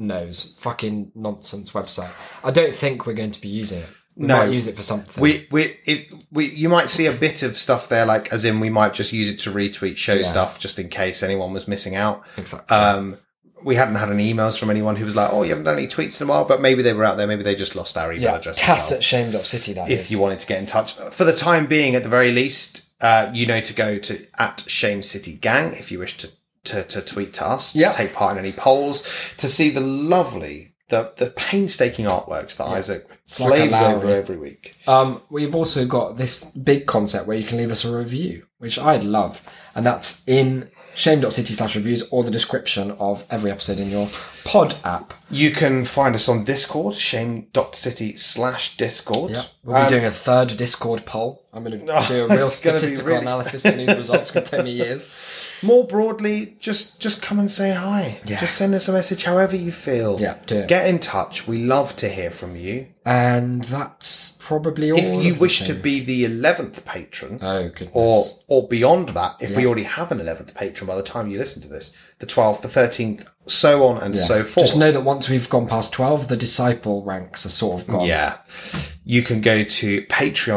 A: knows? Fucking nonsense website. I don't think we're going to be using it. We
B: No.
A: might use it for something.
B: We we it, we you might see a bit of stuff there, like as in we might just use it to retweet show stuff just in case anyone was missing out.
A: exactly.
B: Um, we hadn't had any emails from anyone who was like, "Oh, you haven't done any tweets in a while," but maybe they were out there. Maybe they just lost our email
A: yeah,
B: address. as
A: cat
B: well.
A: at shame.city, that
B: if
A: is.
B: you wanted to get in touch, for the time being, at the very least, uh, you know to go to at Shame City Gang if you wish to to, to tweet to us,
A: Yeah.
B: to take part in any polls, to see the lovely, the the painstaking artworks that Isaac
A: like a
B: slaves over
A: Lowry.
B: every week.
A: Um, we've also got this big concept where you can leave us a review, which I'd love. And that's in shame.city slash reviews or the description of every episode in your pod app.
B: You can find us on Discord, shame.city slash Discord.
A: Yeah, we'll be
B: Um,
A: doing a third Discord poll. I'm going to do a real
B: it's gonna be
A: statistical
B: really-
A: analysis on these results. Going to take me years.
B: more broadly, just just come and say hi. Just send us a message however you feel.
A: Yeah, do it.
B: Get in touch. We love to hear from you.
A: And that's probably all.
B: if you
A: of the
B: wish to
A: things.
B: be the eleventh patron
A: oh goodness,
B: or or beyond that, if we already have an eleventh patron by the time you listen to this, the twelfth, the thirteenth, so on and so forth.
A: just know that once we've gone past twelve, the disciple ranks are sort of gone.
B: yeah. You can go to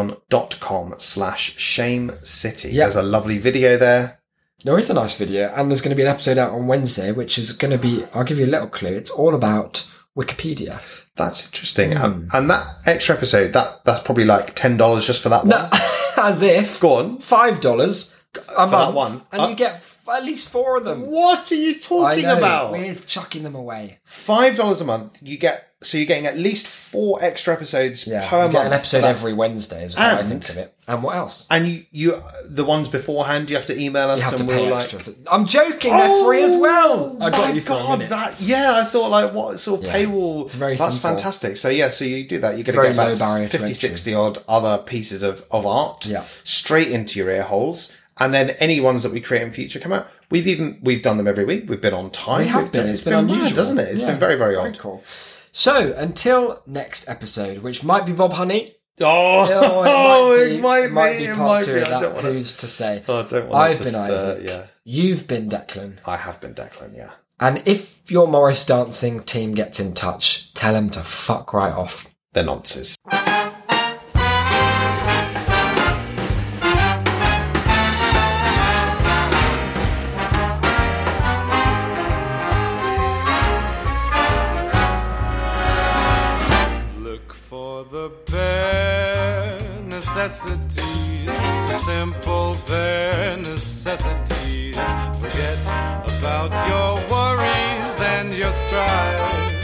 B: patreon.com slash shame city.
A: Yeah.
B: There's a lovely video there.
A: There is a nice video, and there's going to be an episode out on Wednesday, which is going to be. I'll give you a little clue. It's all about Wikipedia.
B: That's interesting.
A: Hmm.
B: Um, and that extra episode, that that's probably like ten dollars just for that one.
A: As if
B: Go on.
A: five dollars a month,
B: that one.
A: and
B: Uh,
A: you get f- at least four of them.
B: What are you talking
A: I know,
B: about?
A: We're chucking them away.
B: Five dollars a month, you get so you're getting at least four extra episodes
A: Yeah,
B: per
A: we
B: month.
A: get an
B: for
A: episode
B: that.
A: every Wednesday is what I
B: And-
A: think of it. And what else?
B: And you, you the ones beforehand, you have to email us
A: You have to
B: and
A: pay
B: we'll
A: extra.
B: like. "Oh
A: For, I'm joking. They're free as well. I got
B: My
A: you for a
B: God,
A: minute.
B: that yeah, I thought like what sort of
A: Yeah.
B: paywall?
A: It's very
B: That's
A: simple.
B: fantastic. So yeah, so you do that, you're going to
A: Very
B: get about
A: low barrier to
B: 50,
A: entry.
B: 60 odd other pieces of of art
A: Yeah.
B: straight into your ear holes, and then any ones that we create in future come out. We've even we've done them every week. We've been on time.
A: we have
B: We've
A: been. It's been,
B: mad,
A: unusual,
B: doesn't it? It's
A: Yeah.
B: been very very odd.
A: Oh, cool. So until next episode, which might be Bob Honey.
B: Oh,
A: Oh,
B: it, might be, it might be. I
A: that.
B: don't want to.
A: Who's to say?
B: I don't want
A: I've
B: to.
A: been Isaac.
B: yeah,
A: You've been Declan.
B: I have been Declan. Yeah.
A: And if your Morris dancing team gets in touch, tell them to fuck right off.
B: They're nonsense.
C: Look for the bare necessities, the simple bare necessities. Forget about your worries and your strife.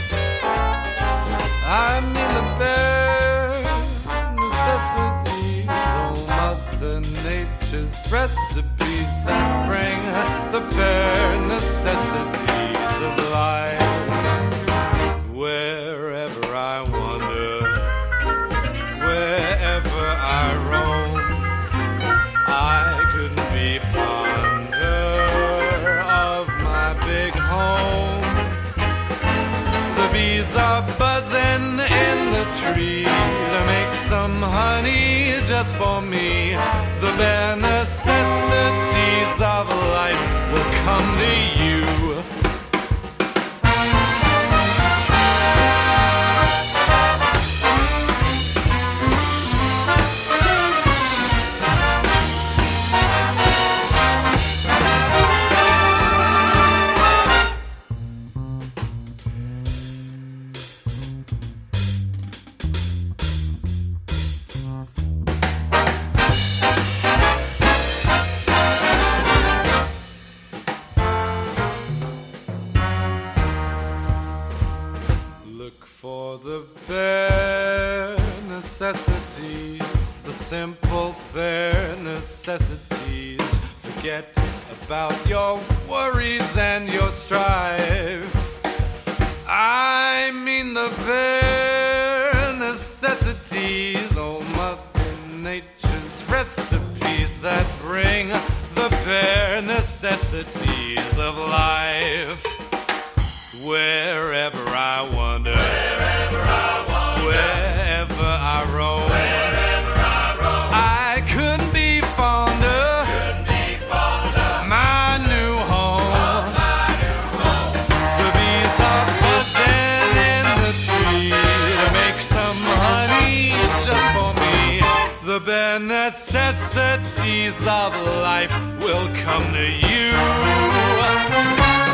C: I mean the bare necessities, oh Mother Nature's recipes that bring the bare necessities of life wherever I wander, wherever I roam, I couldn't be fonder of my big home. The bees are buzzing in the tree to make some honey just for me. The bare necessities of life will come to you. Look for the bare necessities, the simple bare necessities. Forget about your worries and your strife. I mean the bare necessities, oh Mother Nature's recipes that bring the bare necessities of life. Wherever I wander, wherever I wander, wherever I roam, wherever I roam, I couldn't be fonder, couldn't be fonder, my new home. The bees are buzzing in the tree to make some honey just necessities of life will come to you.